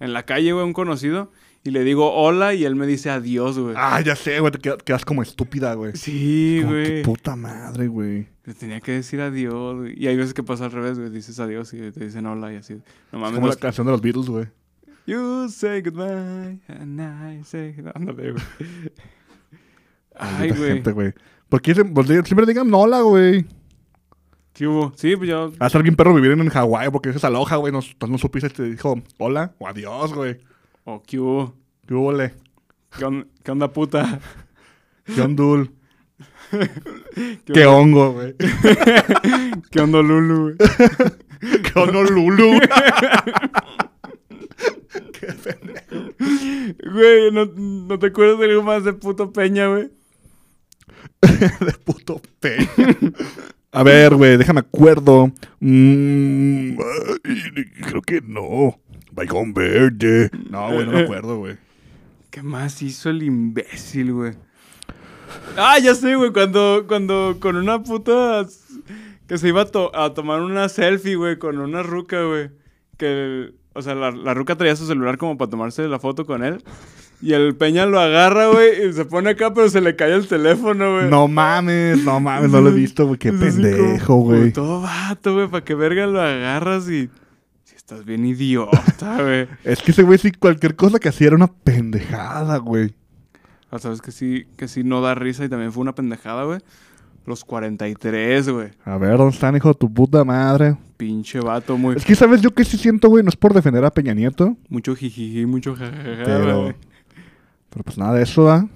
[SPEAKER 2] en la calle, güey, un conocido, y le digo hola y él me dice adiós, güey.
[SPEAKER 1] Ah, ya sé, güey, te queda- quedas como estúpida, güey.
[SPEAKER 2] Sí,
[SPEAKER 1] Como,
[SPEAKER 2] güey.
[SPEAKER 1] qué puta madre, güey.
[SPEAKER 2] Le tenía que decir adiós, güey. Y hay veces que pasa al revés, güey. Dices adiós y te dicen hola y así. No
[SPEAKER 1] Es
[SPEAKER 2] mames,
[SPEAKER 1] como
[SPEAKER 2] no,
[SPEAKER 1] la canción de los Beatles, güey.
[SPEAKER 2] You say goodbye and I say goodbye. Ándale, güey. Ay,
[SPEAKER 1] Maldita
[SPEAKER 2] güey.
[SPEAKER 1] gente, güey. Porque pues, siempre digan Nola, güey.
[SPEAKER 2] ¿Qué hubo? Sí, pues yo.
[SPEAKER 1] Va a estar bien perro vivir en Hawái porque dices aloja, güey. No, no supiste, te dijo hola o adiós, güey.
[SPEAKER 2] Oh, ¿qué hubo?
[SPEAKER 1] ¿Qué ole?
[SPEAKER 2] ¿Qué, on- qué onda, puta?
[SPEAKER 1] ¿Qué ondul? ¿Qué hongo, güey?
[SPEAKER 2] ¿Qué onda, Lulu, güey?
[SPEAKER 1] ¿Qué honolulu?
[SPEAKER 2] Güey, ¿no, no te acuerdas de algo más de puto Peña, güey?
[SPEAKER 1] de puto peña. A ver, güey, déjame acuerdo. Mm, ay, creo que no. Baigón verde. No, güey, no me acuerdo, güey.
[SPEAKER 2] ¿Qué más hizo el imbécil, güey? Ah, ya sé, güey, cuando, cuando con una puta s- que se iba a, to- a tomar una selfie, güey, con una ruca, güey. Que, el- o sea, la, la ruca traía su celular como para tomarse la foto con él. Y el Peña lo agarra, güey, y se pone acá, pero se le cae el teléfono, güey.
[SPEAKER 1] No mames, no mames, no lo he visto, güey. Qué
[SPEAKER 2] Es así como,
[SPEAKER 1] pendejo, güey.
[SPEAKER 2] Todo vato, güey, para que verga lo agarras y... Si estás bien idiota, güey.
[SPEAKER 1] Es que ese güey sí, cualquier cosa que hacía era una pendejada, güey.
[SPEAKER 2] Ah, sabes que sí, que sí no da risa y también fue una pendejada, güey. Los 43, güey.
[SPEAKER 1] A ver, ¿dónde están, hijo de tu puta madre?
[SPEAKER 2] Pinche vato, muy,
[SPEAKER 1] Es que, ¿sabes yo qué sí siento, güey? No es por defender a Peña Nieto,
[SPEAKER 2] mucho jijiji, mucho jajaja,
[SPEAKER 1] pero...
[SPEAKER 2] güey.
[SPEAKER 1] Pero pues nada de eso, ¿ah?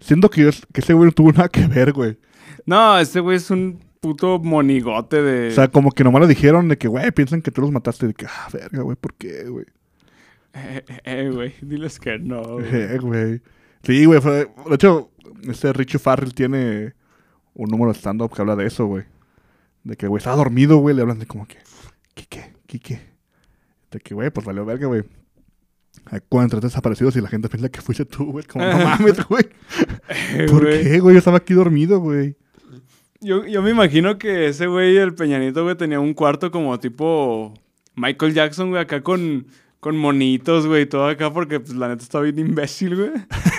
[SPEAKER 1] Siento que, yo, que ese güey no tuvo nada que ver, güey.
[SPEAKER 2] No, este güey es un puto monigote de...
[SPEAKER 1] O sea, como que nomás le dijeron de que, güey, piensan que tú los mataste. De que, ah, verga, güey, ¿por qué, güey?
[SPEAKER 2] Eh, eh, eh, güey, diles que no, Oh, güey.
[SPEAKER 1] Eh, güey. Sí, güey, fue... De hecho, este Richie Farrell tiene un número de stand-up que habla de eso, güey. De que, güey, estaba dormido, güey. Le hablan de como que, ¿qué, qué, qué, qué? De que, güey, pues valió verga, güey. Ay, Cuando estás desaparecido si la gente piensa que fuiste tú, güey. Como, no mames, güey.
[SPEAKER 2] Eh,
[SPEAKER 1] ¿Por
[SPEAKER 2] güey.
[SPEAKER 1] qué, güey? Yo estaba aquí dormido, güey.
[SPEAKER 2] Yo, yo me imagino que ese güey, el Peñanito, güey, tenía un cuarto como tipo Michael Jackson, güey, acá con, con monitos, güey, y todo acá, porque pues, la neta está bien imbécil, güey.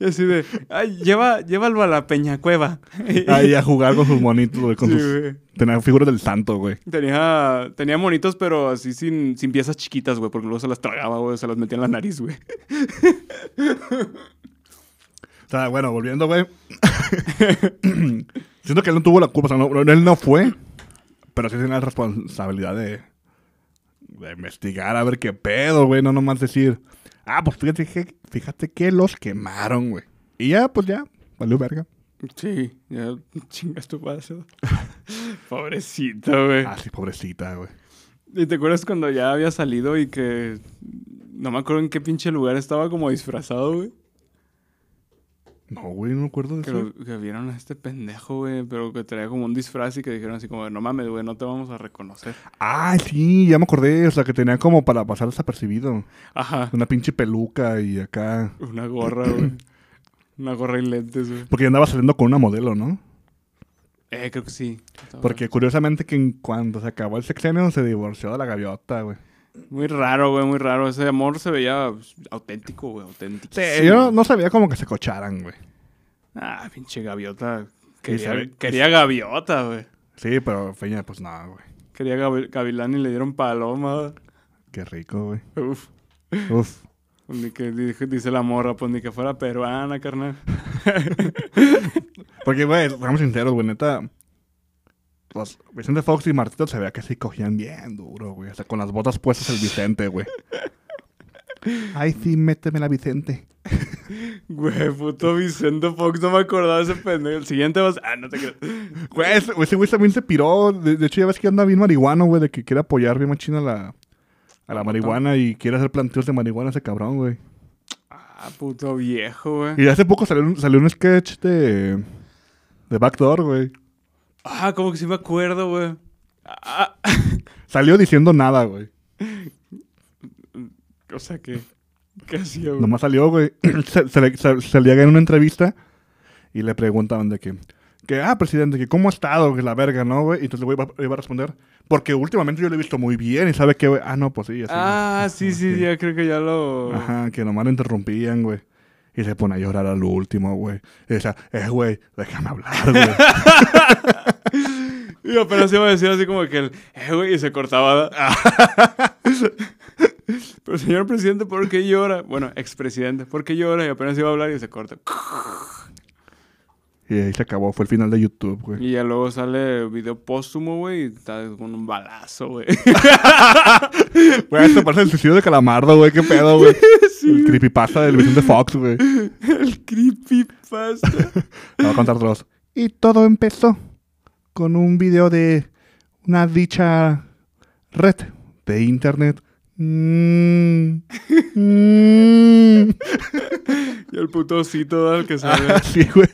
[SPEAKER 2] y así de, ay, lleva, llévalo a la Peña Cueva.
[SPEAKER 1] Ahí a jugar con sus monitos, güey. Con
[SPEAKER 2] Sí,
[SPEAKER 1] sus...
[SPEAKER 2] güey.
[SPEAKER 1] Tenían figuras del santo, güey.
[SPEAKER 2] Tenía, tenía monitos, pero así sin, sin piezas chiquitas, güey, porque luego se las tragaba, güey, se las metía en la nariz, güey.
[SPEAKER 1] O sea, bueno, volviendo, güey. Siento que él no tuvo la culpa, o sea, no- no- él no fue, pero sí tiene la responsabilidad de, de investigar a ver qué pedo, güey, no nomás decir, ah, pues fíjate que, fíjate que los quemaron, güey. Y ya, pues ya, valió verga.
[SPEAKER 2] Sí, ya chingas tu paso. Pobrecito, güey.
[SPEAKER 1] Ah, sí, pobrecita, güey.
[SPEAKER 2] ¿Y te acuerdas cuando ya había salido y que no me acuerdo en qué pinche lugar estaba como disfrazado, güey?
[SPEAKER 1] No, güey, no me acuerdo de
[SPEAKER 2] Que,
[SPEAKER 1] eso.
[SPEAKER 2] lo- que vieron a este pendejo, güey, pero que traía como un disfraz y que dijeron así como, no mames, güey, no te vamos a reconocer.
[SPEAKER 1] Ah, sí, ya me acordé, o sea, que tenía como para pasar desapercibido.
[SPEAKER 2] Ajá,
[SPEAKER 1] Una pinche peluca y acá.
[SPEAKER 2] una gorra, güey. Una gorra y lentes, güey.
[SPEAKER 1] Porque andaba saliendo con una modelo, ¿no?
[SPEAKER 2] Eh, creo que sí.
[SPEAKER 1] Porque curiosamente que en cuando se acabó el sexenio se divorció de la gaviota, güey.
[SPEAKER 2] Muy raro, güey, muy raro. Ese amor se veía pues, auténtico, güey, auténtico.
[SPEAKER 1] yo no, no sabía como que se cocharan, güey.
[SPEAKER 2] Ah, pinche gaviota. Quería,
[SPEAKER 1] sabe-
[SPEAKER 2] quería gaviota, güey.
[SPEAKER 1] Sí, pero Feña, pues nada, güey.
[SPEAKER 2] Quería gavi- gavilán y le dieron paloma.
[SPEAKER 1] Qué rico, güey.
[SPEAKER 2] Uf.
[SPEAKER 1] Uf.
[SPEAKER 2] Pues Ni que dije- dice la morra, pues ni que fuera peruana, carnal.
[SPEAKER 1] Porque, güey, seamos sinceros, güey, neta. Los Vicente Fox y Martito se veía que sí cogían bien duro, güey. Hasta con las botas puestas el Vicente, güey. Ay, sí, méteme la Vicente.
[SPEAKER 2] Güey, puto Vicente Fox, no me acordaba de ese pendejo. El siguiente vas. Ah, no te creo.
[SPEAKER 1] Güey, ese ese güey también se piró. De, de hecho, ya ves que anda bien marihuano, güey, de que quiere apoyar bien machina a la, a la marihuana y quiere hacer planteos de marihuana ese cabrón, güey.
[SPEAKER 2] Ah, puto viejo, güey.
[SPEAKER 1] Y hace poco salió un, salió un sketch de. de Backdoor, güey.
[SPEAKER 2] Ah, como que sí me acuerdo, güey. Ah,
[SPEAKER 1] Salió diciendo nada, güey.
[SPEAKER 2] o sea que. ¿Qué hacía, güey?
[SPEAKER 1] Nomás salió, güey. se, se le- se- se le haga en una entrevista y le preguntaban de que. Que, ah, presidente, que cómo ha estado, que la verga, ¿no, güey? Y entonces el güey iba, iba a responder, porque últimamente yo lo he visto muy bien y sabe que, güey, ah, no, pues sí, así.
[SPEAKER 2] ah, sí, sí,
[SPEAKER 1] Ok.
[SPEAKER 2] ya creo que ya lo.
[SPEAKER 1] Ajá, que nomás lo interrumpían, güey. Y se pone a llorar al último, güey. Y decía, eh, güey, déjame hablar, güey.
[SPEAKER 2] Y apenas iba a decir así como que el, eh, güey, y se cortaba. Ah. Pero señor presidente, ¿por qué llora? Bueno, expresidente, ¿por qué llora? Y apenas iba a hablar y se corta.
[SPEAKER 1] Y ahí se acabó, fue el final de YouTube, güey.
[SPEAKER 2] Y ya luego sale video póstumo, güey, y está con un balazo, güey.
[SPEAKER 1] Güey, esto parece el suicidio de Calamardo, güey, qué pedo, güey. El creepypasta del Vicente Fox, güey.
[SPEAKER 2] El creepypasta.
[SPEAKER 1] Te voy a contar todos. Y todo empezó con un video de una dicha red de internet. Mm. Mm.
[SPEAKER 2] y el puto osito al que sale.
[SPEAKER 1] Ah, sí, güey.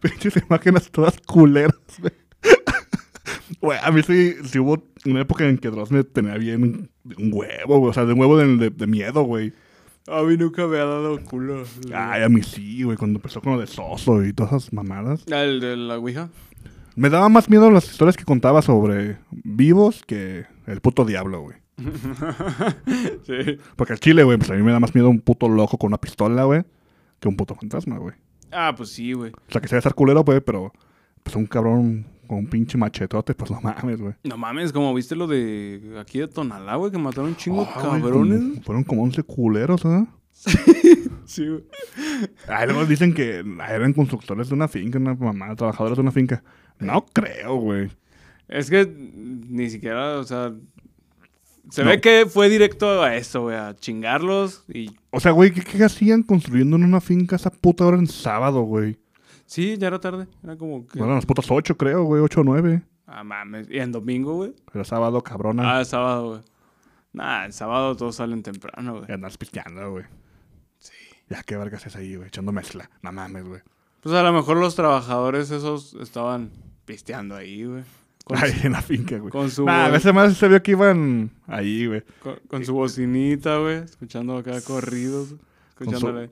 [SPEAKER 1] Pinches imágenes todas culeras, güey. Güey, a mí sí, sí hubo una época en que Dross me tenía bien de un huevo, güey. O sea, de un huevo de, de- de miedo, güey.
[SPEAKER 2] A mí nunca me ha dado culo.
[SPEAKER 1] Ay, a mí sí, güey. Cuando empezó con lo de Soso y todas esas mamadas.
[SPEAKER 2] Ah, ¿El de la Ouija?
[SPEAKER 1] Me daba más miedo las historias que contaba sobre vivos que el puto diablo, güey.
[SPEAKER 2] sí.
[SPEAKER 1] Porque al chile, güey, pues a mí me da más miedo un puto loco con una pistola, güey, que un puto fantasma, güey.
[SPEAKER 2] Ah, pues sí, güey.
[SPEAKER 1] O sea, que sea estar culero, güey, pero pues un cabrón con un pinche machetote, pues no mames, güey.
[SPEAKER 2] No mames, como viste lo de aquí de Tonalá, güey, que mataron un chingo de
[SPEAKER 1] Ah, güey,
[SPEAKER 2] cabrones.
[SPEAKER 1] como- fueron como 11 culeros, ¿ah?
[SPEAKER 2] Sí, güey.
[SPEAKER 1] Ahí luego dicen que eran constructores de una finca, una mamá, trabajadores de una finca. No creo, güey.
[SPEAKER 2] Es que mm, ni siquiera, o sea. Se
[SPEAKER 1] No.
[SPEAKER 2] ve que fue directo a eso, güey, a chingarlos y.
[SPEAKER 1] O sea, güey, ¿qué, qué hacían construyendo en una finca esa puta hora en sábado, güey?
[SPEAKER 2] Sí, ya era tarde. Era como que.
[SPEAKER 1] Bueno, las putas 8, creo, güey, 8 o 9.
[SPEAKER 2] Ah, mames. Y en domingo, güey.
[SPEAKER 1] Era sábado, cabrona.
[SPEAKER 2] Ah, el sábado, güey. Nah, el sábado todos salen temprano,
[SPEAKER 1] Y
[SPEAKER 2] güey.
[SPEAKER 1] andar pisteando, güey. Sí. Ya, qué vergas es ahí, güey, echando mezcla. No mames, güey.
[SPEAKER 2] Pues a lo mejor los trabajadores esos estaban pisteando ahí, güey. Con,
[SPEAKER 1] Ahí en la finca, güey.
[SPEAKER 2] con su-
[SPEAKER 1] Nah, a veces más se vio que iban ahí, güey.
[SPEAKER 2] con- con su bocinita, güey. Escuchando acá corridos. güey, Escuchándole.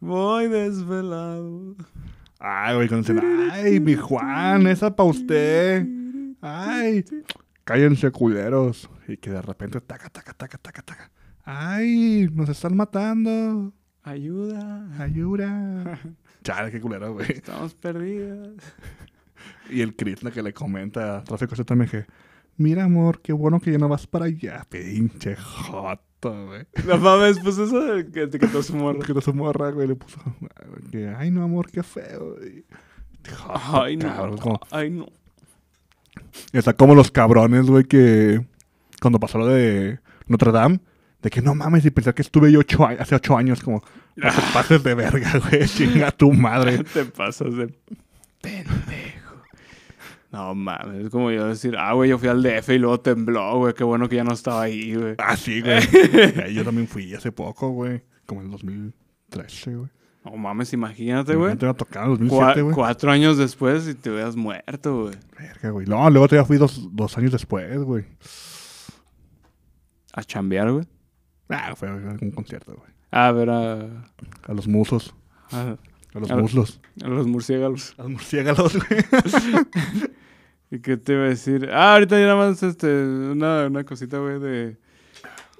[SPEAKER 2] Voy desvelado.
[SPEAKER 1] Ay, güey, cuando dicen, ay, mi Juan, esa pa' usted. Ay, cállense, culeros. Y que de repente, taca, taca, taca, taca, taca. Ay, nos están matando.
[SPEAKER 2] Ayuda.
[SPEAKER 1] Ayuda. Chale, qué culero, güey.
[SPEAKER 2] Estamos perdidas.
[SPEAKER 1] Y el Krishna que le comenta a Tráfico ZMG. Mira, amor, qué bueno que ya no vas para allá. Pinche joto, güey.
[SPEAKER 2] No mames, pues eso del que etiquetó su morra.
[SPEAKER 1] Que te morra, güey, le puso. Que, ay, no, amor, qué feo. güey". Joto,
[SPEAKER 2] Ay,
[SPEAKER 1] cabrón,
[SPEAKER 2] no.
[SPEAKER 1] como-
[SPEAKER 2] Ay, no.
[SPEAKER 1] Está como los cabrones, güey, que cuando pasó lo de Notre Dame, de que no mames, y pensar que estuve yo ocho a- hace ocho años, como, no
[SPEAKER 2] Ah.
[SPEAKER 1] te pases de verga, güey, chinga tu madre.
[SPEAKER 2] Te pasas de pendejo. No mames, es como yo decir, ah, güey, yo fui al DF y luego tembló, güey, qué bueno que ya no estaba ahí, güey.
[SPEAKER 1] Ah, sí, güey. Eh, yo también fui hace poco, güey, como en el 2013, güey.
[SPEAKER 2] No mames, imagínate, güey.
[SPEAKER 1] Te iba a tocar en
[SPEAKER 2] Cua-
[SPEAKER 1] 2007, güey.
[SPEAKER 2] cuatro años después y te hubieras muerto, güey.
[SPEAKER 1] Verga, güey. No, luego todavía fui dos, dos años después, güey.
[SPEAKER 2] A chambear, güey.
[SPEAKER 1] Ah, fue a un concierto, güey.
[SPEAKER 2] A ver a,
[SPEAKER 1] A los musos,
[SPEAKER 2] a-
[SPEAKER 1] a los
[SPEAKER 2] A-
[SPEAKER 1] muslos.
[SPEAKER 2] a los murciélagos.
[SPEAKER 1] A los murciélagos, güey.
[SPEAKER 2] ¿Y qué te iba a decir? Ah, ahorita ya nada más este, una, una cosita, güey, de...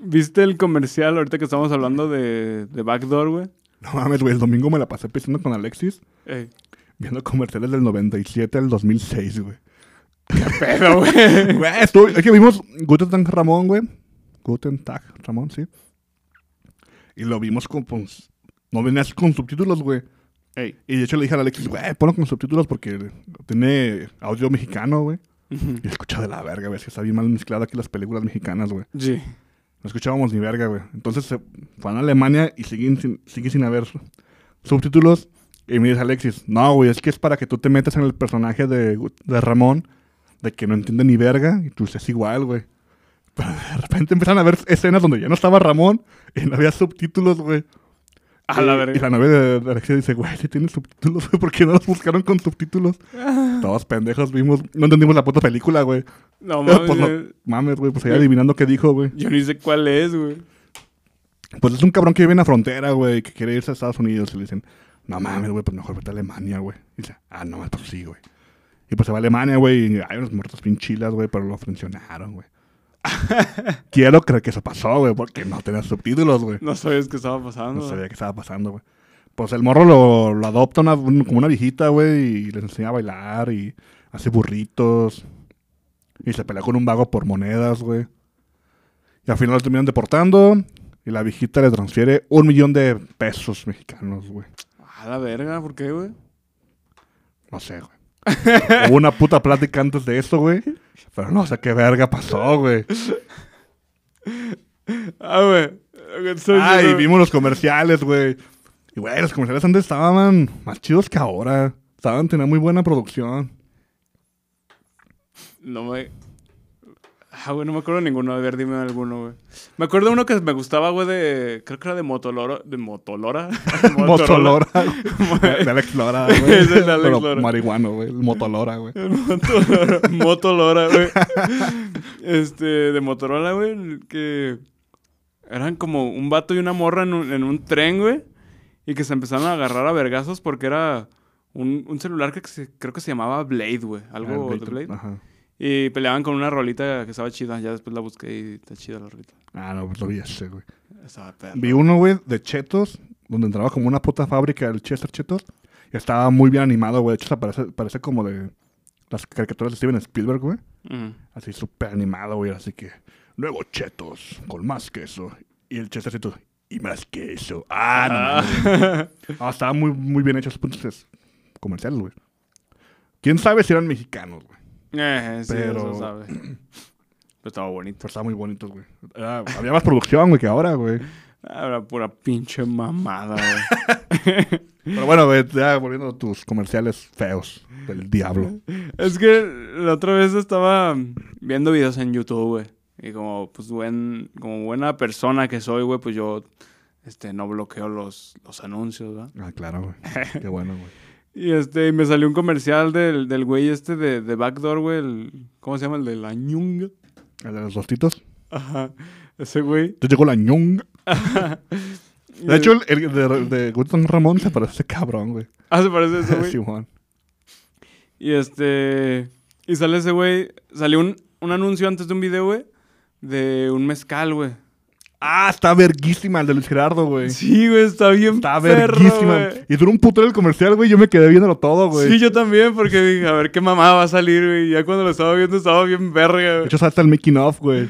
[SPEAKER 2] ¿Viste el comercial ahorita que estamos hablando de, de Backdoor, güey?
[SPEAKER 1] No mames, güey, el domingo me la pasé pisando con Alexis.
[SPEAKER 2] Ey,
[SPEAKER 1] Viendo comerciales del 97 al 2006, güey.
[SPEAKER 2] Pero, güey.
[SPEAKER 1] Güey, estuvo- es que vimos Guten Tag Ramón, güey. Guten Tag Ramón, sí. Y lo vimos con... con- no venía así con subtítulos, güey.
[SPEAKER 2] Ey.
[SPEAKER 1] Y de hecho le dije a Alexis, güey, ponlo con subtítulos porque tiene audio mexicano, güey. Y escucha de la verga, güey. Es que está bien mal mezclado aquí las películas mexicanas, güey.
[SPEAKER 2] Sí.
[SPEAKER 1] No escuchábamos ni verga, güey. Entonces se van a Alemania y siguen sin, sigue sin haber subtítulos. Y me dice Alexis, no, güey, es que es para que tú te metas en el personaje de, de Ramón, de que no entiende ni verga, y tú es igual, güey. Pero de repente empiezan a ver escenas donde ya no estaba Ramón y no había subtítulos, güey.
[SPEAKER 2] A la
[SPEAKER 1] Y-
[SPEAKER 2] verga.
[SPEAKER 1] Y la novia de, de Alexis dice, güey, si tiene subtítulos, güey, ¿por qué no los buscaron con subtítulos? Todos pendejos vimos, no entendimos la puta película, güey.
[SPEAKER 2] No mames,
[SPEAKER 1] Pues no,
[SPEAKER 2] yo-
[SPEAKER 1] mames, güey, pues
[SPEAKER 2] eh,
[SPEAKER 1] ahí adivinando qué dijo, güey.
[SPEAKER 2] yo ni sé cuál es, güey.
[SPEAKER 1] Pues es un cabrón que vive en la frontera, güey, que quiere irse a Estados Unidos. Y le dicen, no mames, güey, pues mejor vete a Alemania, güey. Y dice, ah, no, pues sí, güey. Y pues se va a Alemania, güey, y hay unos muertos pinchilas, güey, pero lo funcionaron, güey. Quiero creer que eso pasó, güey, porque no tenía subtítulos, güey.
[SPEAKER 2] No sabías qué estaba pasando.
[SPEAKER 1] No sabía qué estaba pasando, güey. Pues el morro lo, lo adopta una- un- como una viejita, güey, y les enseña a bailar y hace burritos. Y se pelea con un vago por monedas, güey. Y al final lo terminan deportando. Y la viejita le transfiere un millón de pesos mexicanos, güey.
[SPEAKER 2] A la verga, ¿por qué, güey?
[SPEAKER 1] No sé, güey. Hubo una puta plática antes de eso, güey. Pero no sé qué verga pasó, güey.
[SPEAKER 2] Ah, güey.
[SPEAKER 1] Ay, Ah, vimos los comerciales, güey. Y, güey, los comerciales antes estaban más chidos que ahora. Estaban, tenían muy buena producción.
[SPEAKER 2] No me. Ah, güey, no me acuerdo de ninguno. A ver, dime alguno, güey. Me acuerdo de uno que me gustaba, güey, de. Creo que era de Motolora. ¿De Motolora?
[SPEAKER 1] Motolora. güey. De Alex Lora, güey.
[SPEAKER 2] Es el Alex
[SPEAKER 1] Pero
[SPEAKER 2] Lora.
[SPEAKER 1] marihuano, güey. El Motolora, güey.
[SPEAKER 2] El Motorola, Motorola, güey. Este, de Motorola, güey, el que eran como un vato y una morra en un, en un tren, güey, y que se empezaron a agarrar a vergazos porque era un, un celular que se- creo que se llamaba Blade, güey, algo
[SPEAKER 1] Ah,
[SPEAKER 2] de Blade.
[SPEAKER 1] Ajá.
[SPEAKER 2] Y peleaban con una rolita que estaba chida, ya después la busqué y está chida la rolita.
[SPEAKER 1] Ah, no, pues lo vi ese, güey.
[SPEAKER 2] Estaba perra.
[SPEAKER 1] Vi uno, güey, de Chetos, donde entraba como una puta fábrica del Chester Chetos. Y estaba muy bien animado, güey. De hecho, se parece, parece como de las caricaturas de Steven Spielberg, güey.
[SPEAKER 2] Ujú.
[SPEAKER 1] Así súper animado, güey. Así que, luego Chetos, con más queso. Y el Chester Chetos, y más queso. Ah, no. mames. Ah, estaba muy, muy bien hecho esos puntos pues, comerciales, güey. ¿Quién sabe si eran mexicanos, güey?
[SPEAKER 2] Eh, sí,
[SPEAKER 1] Pero-
[SPEAKER 2] eso sabe. Pero estaba bonito.
[SPEAKER 1] Pero estaban muy bonitos, güey. Era- había más producción, güey, que ahora, güey.
[SPEAKER 2] Ah, Era pura pinche mamada, güey.
[SPEAKER 1] Pero bueno, güey, ya volviendo a tus comerciales feos del diablo.
[SPEAKER 2] Es que la otra vez estaba viendo videos en YouTube, güey. Y como, pues, buen, como buena persona que soy, güey, pues yo este, no bloqueo los, los anuncios, ¿verdad?
[SPEAKER 1] Ah, claro, güey. Qué bueno, güey.
[SPEAKER 2] Y este, y me salió un comercial del, del güey este de, de Backdoor, güey. el- ¿Cómo se llama? El de la ñunga.
[SPEAKER 1] ¿El de los tostitos?
[SPEAKER 2] Ajá. Ese güey.
[SPEAKER 1] Te llegó la ñonga.
[SPEAKER 2] Y
[SPEAKER 1] De
[SPEAKER 2] el-
[SPEAKER 1] hecho, el, el de, de Gutson Ramón se parece a ese cabrón, güey.
[SPEAKER 2] Ah, se parece a ese güey.
[SPEAKER 1] Simón.
[SPEAKER 2] Y este. Y sale ese güey. Salió un, un anuncio antes de un video, güey. De un mezcal, güey.
[SPEAKER 1] Ah, está verguísima el de Luis Gerardo, güey.
[SPEAKER 2] Sí, güey, está bien.
[SPEAKER 1] Está
[SPEAKER 2] perro,
[SPEAKER 1] verguísima.
[SPEAKER 2] güey.
[SPEAKER 1] Y duró un puto el comercial, güey. Yo me quedé viéndolo todo, güey.
[SPEAKER 2] Sí, yo también, porque dije, a ver qué mamá va a salir, güey. Ya cuando lo estaba viendo estaba bien verga,
[SPEAKER 1] De
[SPEAKER 2] güey.
[SPEAKER 1] hecho, salta el making of, güey.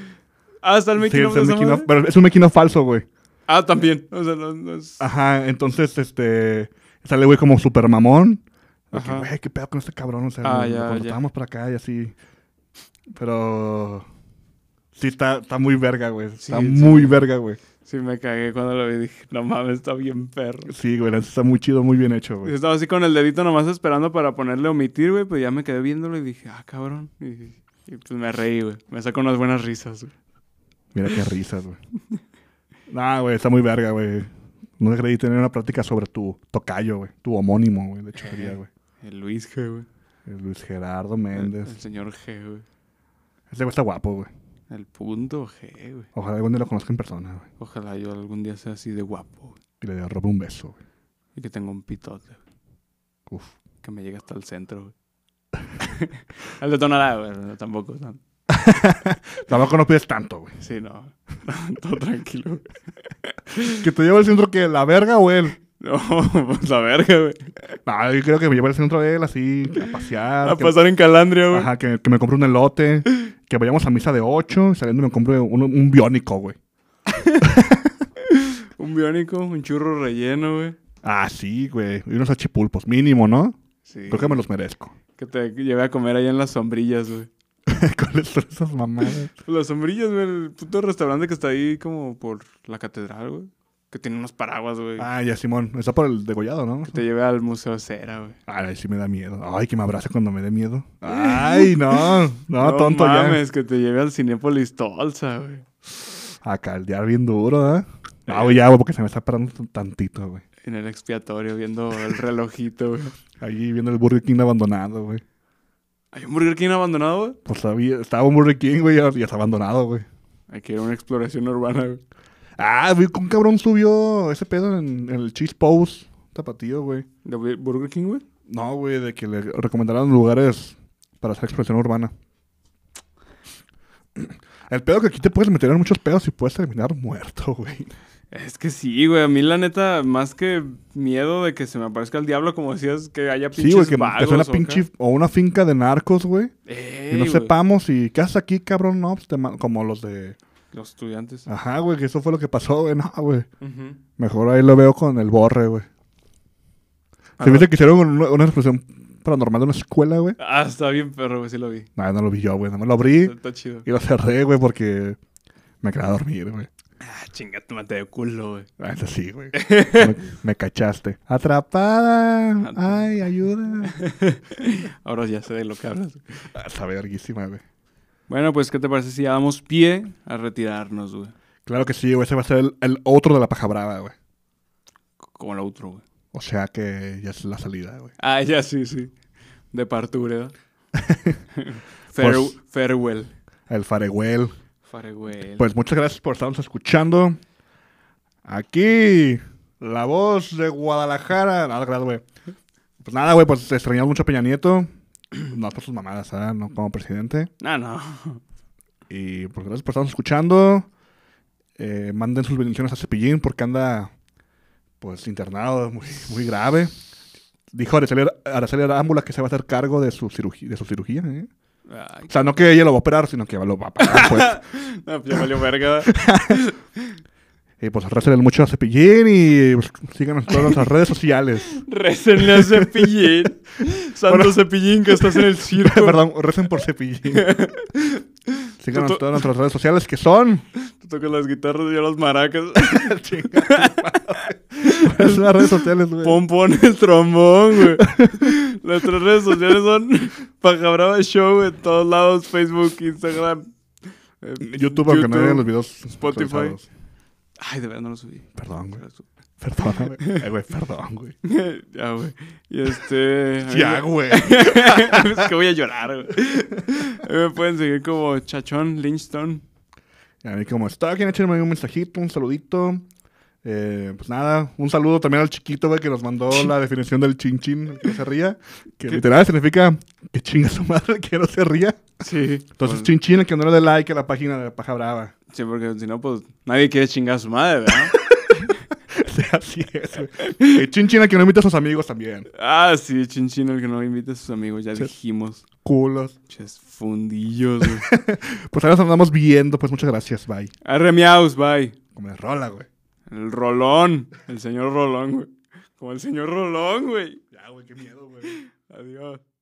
[SPEAKER 2] Ah, está el
[SPEAKER 1] Sí,
[SPEAKER 2] making of
[SPEAKER 1] es
[SPEAKER 2] de
[SPEAKER 1] el
[SPEAKER 2] esa
[SPEAKER 1] making of,
[SPEAKER 2] madre.
[SPEAKER 1] pero es un making of falso, güey. Ah.
[SPEAKER 2] Ah, también. O sea, no, no es...
[SPEAKER 1] Ajá, entonces, este, sale, güey, como super mamón. De que,
[SPEAKER 2] Ajá.
[SPEAKER 1] Güey, qué pedo con este cabrón, o sea,
[SPEAKER 2] Ah,
[SPEAKER 1] lo-
[SPEAKER 2] ya,
[SPEAKER 1] lo
[SPEAKER 2] ya.
[SPEAKER 1] contratamos para acá y así. Pero... Sí, está, está muy verga, güey. Está
[SPEAKER 2] sí.
[SPEAKER 1] muy verga, güey.
[SPEAKER 2] Sí, me cagué cuando lo vi. Dije, no mames, está bien perro.
[SPEAKER 1] Sí, güey, la neta está muy chido, muy bien hecho,
[SPEAKER 2] Y
[SPEAKER 1] güey.
[SPEAKER 2] estaba así con el dedito nomás esperando para ponerle omitir, güey. Pues ya me quedé viéndolo y dije, ah, cabrón. Y, y pues me reí, güey. Me sacó unas buenas risas, güey.
[SPEAKER 1] Mira qué risas, güey. Nah, güey, está muy verga, güey. No te creí tener una práctica sobre tu tocayo, güey. Tu homónimo, güey, de hecho, sería, güey.
[SPEAKER 2] El Luis G, güey.
[SPEAKER 1] El Luis Gerardo
[SPEAKER 2] El, el
[SPEAKER 1] Méndez.
[SPEAKER 2] señor G, güey.
[SPEAKER 1] Ese güey está guapo, güey.
[SPEAKER 2] El punto G, güey.
[SPEAKER 1] Ojalá algún día lo conozca en persona, güey.
[SPEAKER 2] Ojalá yo algún día sea así de guapo, güey.
[SPEAKER 1] Y le robe un beso, güey.
[SPEAKER 2] Y que tenga un pitote, güey.
[SPEAKER 1] Uf.
[SPEAKER 2] Que me llegue hasta el centro, güey. el detonará, güey. no, tampoco. no.
[SPEAKER 1] Tampoco no pides tanto, güey.
[SPEAKER 2] Sí, no. Todo tranquilo, güey.
[SPEAKER 1] Que te lleve al centro que la verga o él.
[SPEAKER 2] No, pues la verga, güey.
[SPEAKER 1] No, yo creo que me lleve al centro él así, a pasear.
[SPEAKER 2] A
[SPEAKER 1] que,
[SPEAKER 2] pasar en calandria, güey.
[SPEAKER 1] Ajá, que, que me compre un elote. Que vayamos a misa de 8 y saliendo me compre un, un biónico, güey.
[SPEAKER 2] Un biónico, un churro relleno, güey.
[SPEAKER 1] Ah, sí, güey. Y unos achipulpos, mínimo, ¿no?
[SPEAKER 2] Sí.
[SPEAKER 1] Creo que me los merezco.
[SPEAKER 2] Que te lleve a comer ahí en las sombrillas, güey.
[SPEAKER 1] ¿Cuáles son esas mamadas?
[SPEAKER 2] Pues Las sombrillas, güey. El puto restaurante que está ahí como por la catedral, güey. Que tiene unos paraguas, güey.
[SPEAKER 1] Ah, ya, Simón. Está por el degollado, ¿no?
[SPEAKER 2] Que te lleve al Museo Cera, güey.
[SPEAKER 1] Ay, sí me da miedo. Ay, que me abrace cuando me dé miedo. Ay, no. No, Ah, tonto
[SPEAKER 2] mames, que te lleve al Cinépolis Tolsa, güey.
[SPEAKER 1] ya. A caldear bien duro, ¿verdad? Ah, güey, ya, güey, porque se me está parando t- tantito, güey.
[SPEAKER 2] En el expiatorio, viendo el relojito, güey.
[SPEAKER 1] Allí viendo el Burger King abandonado, güey.
[SPEAKER 2] ¿Hay un Burger King abandonado, güey?
[SPEAKER 1] Pues sabía, estaba un Burger King, güey, ya, ya está abandonado, güey.
[SPEAKER 2] Hay que ir a una exploración urbana, güey.
[SPEAKER 1] Ah, güey, un cabrón subió ese pedo en, en el Cheese Post tapatío, güey.
[SPEAKER 2] ¿De Bu- Burger King, güey?
[SPEAKER 1] No, güey, de que le recomendaran lugares para hacer exploración urbana. El pedo que aquí te puedes meter en muchos pedos y puedes terminar muerto, güey.
[SPEAKER 2] Es que sí, güey. A mí, la neta, más que miedo de que se me aparezca el diablo, como decías, que haya pinches
[SPEAKER 1] Sí, güey, que
[SPEAKER 2] vagos
[SPEAKER 1] te suena
[SPEAKER 2] o
[SPEAKER 1] pinche
[SPEAKER 2] acá.
[SPEAKER 1] o una finca de narcos, güey.
[SPEAKER 2] Ey,
[SPEAKER 1] Y no
[SPEAKER 2] güey.
[SPEAKER 1] sepamos y qué haces aquí, cabrón, no, pues te ma- como los de
[SPEAKER 2] Los estudiantes.
[SPEAKER 1] Ajá, güey, que eso fue lo que pasó, güey. No, güey.
[SPEAKER 2] Ujú.
[SPEAKER 1] Mejor ahí lo veo con el borre, güey. Se me dice que hicieron una, una expresión paranormal de una escuela, güey.
[SPEAKER 2] Ah, está bien, perro, güey, sí lo vi.
[SPEAKER 1] No, no lo vi yo, güey. Nada más lo abrí
[SPEAKER 2] Está chido.
[SPEAKER 1] y lo cerré, güey, porque me quedaba a dormir, güey.
[SPEAKER 2] Ah, chinga, tu mate de culo, güey.
[SPEAKER 1] Ah, eso sí, güey. me, me cachaste. Atrapada. Ay, ayuda.
[SPEAKER 2] Ahora ya sé de lo que hablas.
[SPEAKER 1] Ah, Está verguísima, güey.
[SPEAKER 2] Bueno, pues, ¿qué te parece si ya damos pie a retirarnos, güey?
[SPEAKER 1] Claro que sí, güey. Ese va a ser el, el otro de la paja brava, güey.
[SPEAKER 2] Como el otro, güey.
[SPEAKER 1] O sea que ya es la salida, güey.
[SPEAKER 2] Ah, ya sí, sí. De partura. Fare-
[SPEAKER 1] Pues-
[SPEAKER 2] Farewell.
[SPEAKER 1] El farewell.
[SPEAKER 2] Farewell.
[SPEAKER 1] Pues muchas gracias por estarnos escuchando. Aquí, la voz de Guadalajara. Nada, gracias, güey. Pues nada, güey, pues extrañamos mucho a Peña Nieto. No por sus mamadas, ¿verdad? No como presidente.
[SPEAKER 2] Ah, no.
[SPEAKER 1] Y pues gracias por estarnos escuchando. Eh, manden sus bendiciones a Cepillín porque anda, pues, internado muy, muy grave. Dijo Araceli, Araceli Arámbula que se va a hacer cargo de su, cirugía, de su cirugía, ¿eh?
[SPEAKER 2] Ay,
[SPEAKER 1] O sea, no que ella lo va a operar, sino que lo va a pagar, pues.
[SPEAKER 2] no, ya valió verga.
[SPEAKER 1] Y pues récenle mucho a Cepillín y pues, síganos en todas nuestras redes sociales.
[SPEAKER 2] Récenle a Cepillín. Santo
[SPEAKER 1] Bueno.
[SPEAKER 2] Cepillín, que estás en el circo.
[SPEAKER 1] Perdón, recen por Cepillín. Síganos en todas nuestras redes sociales que son.
[SPEAKER 2] Tú tocas las guitarras y yo las maracas.
[SPEAKER 1] ¿Cuáles son las redes sociales, güey?
[SPEAKER 2] Pompón el trombón, güey. Nuestras redes sociales son Pajabrava Show en todos lados: Facebook, Instagram, eh,
[SPEAKER 1] YouTube, aunque no vean los videos.
[SPEAKER 2] Spotify.
[SPEAKER 1] actualizados.
[SPEAKER 2] Ay, de verdad no lo subí.
[SPEAKER 1] Perdón, güey. Perdón, güey. Eh, güey, perdón, güey.
[SPEAKER 2] ya, güey. Y este. a mí
[SPEAKER 1] Ya,
[SPEAKER 2] me-
[SPEAKER 1] güey.
[SPEAKER 2] es que voy a llorar, güey. A mí Me pueden seguir como Chachón Lynchstone.
[SPEAKER 1] A mí como está, quieren echarme un mensajito, un saludito. Eh, pues nada, un saludo también al chiquito, güey, que nos mandó la definición del chin chin, el que no se ría. Que literal significa que chinga su madre, el que no se ría.
[SPEAKER 2] Sí.
[SPEAKER 1] Entonces, chin chin, el que no le dé like a la página de la paja brava.
[SPEAKER 2] Sí, porque si no, pues nadie quiere chingar a su madre, ¿verdad?
[SPEAKER 1] Sí, Así es, güey. Eh, Chin chin, el que no invita a sus amigos también.
[SPEAKER 2] ah, sí, chinchín, el que no invita a sus amigos, ya dijimos.
[SPEAKER 1] Culos.
[SPEAKER 2] Ches fundillos, güey.
[SPEAKER 1] Pues ahora nos andamos viendo, pues muchas gracias, bye.
[SPEAKER 2] Arre miaus, bye.
[SPEAKER 1] Como de rola, güey.
[SPEAKER 2] El Rolón. El señor Rolón, güey. Como el señor Rolón, güey.
[SPEAKER 1] Ya, güey, qué miedo, güey.
[SPEAKER 2] Adiós.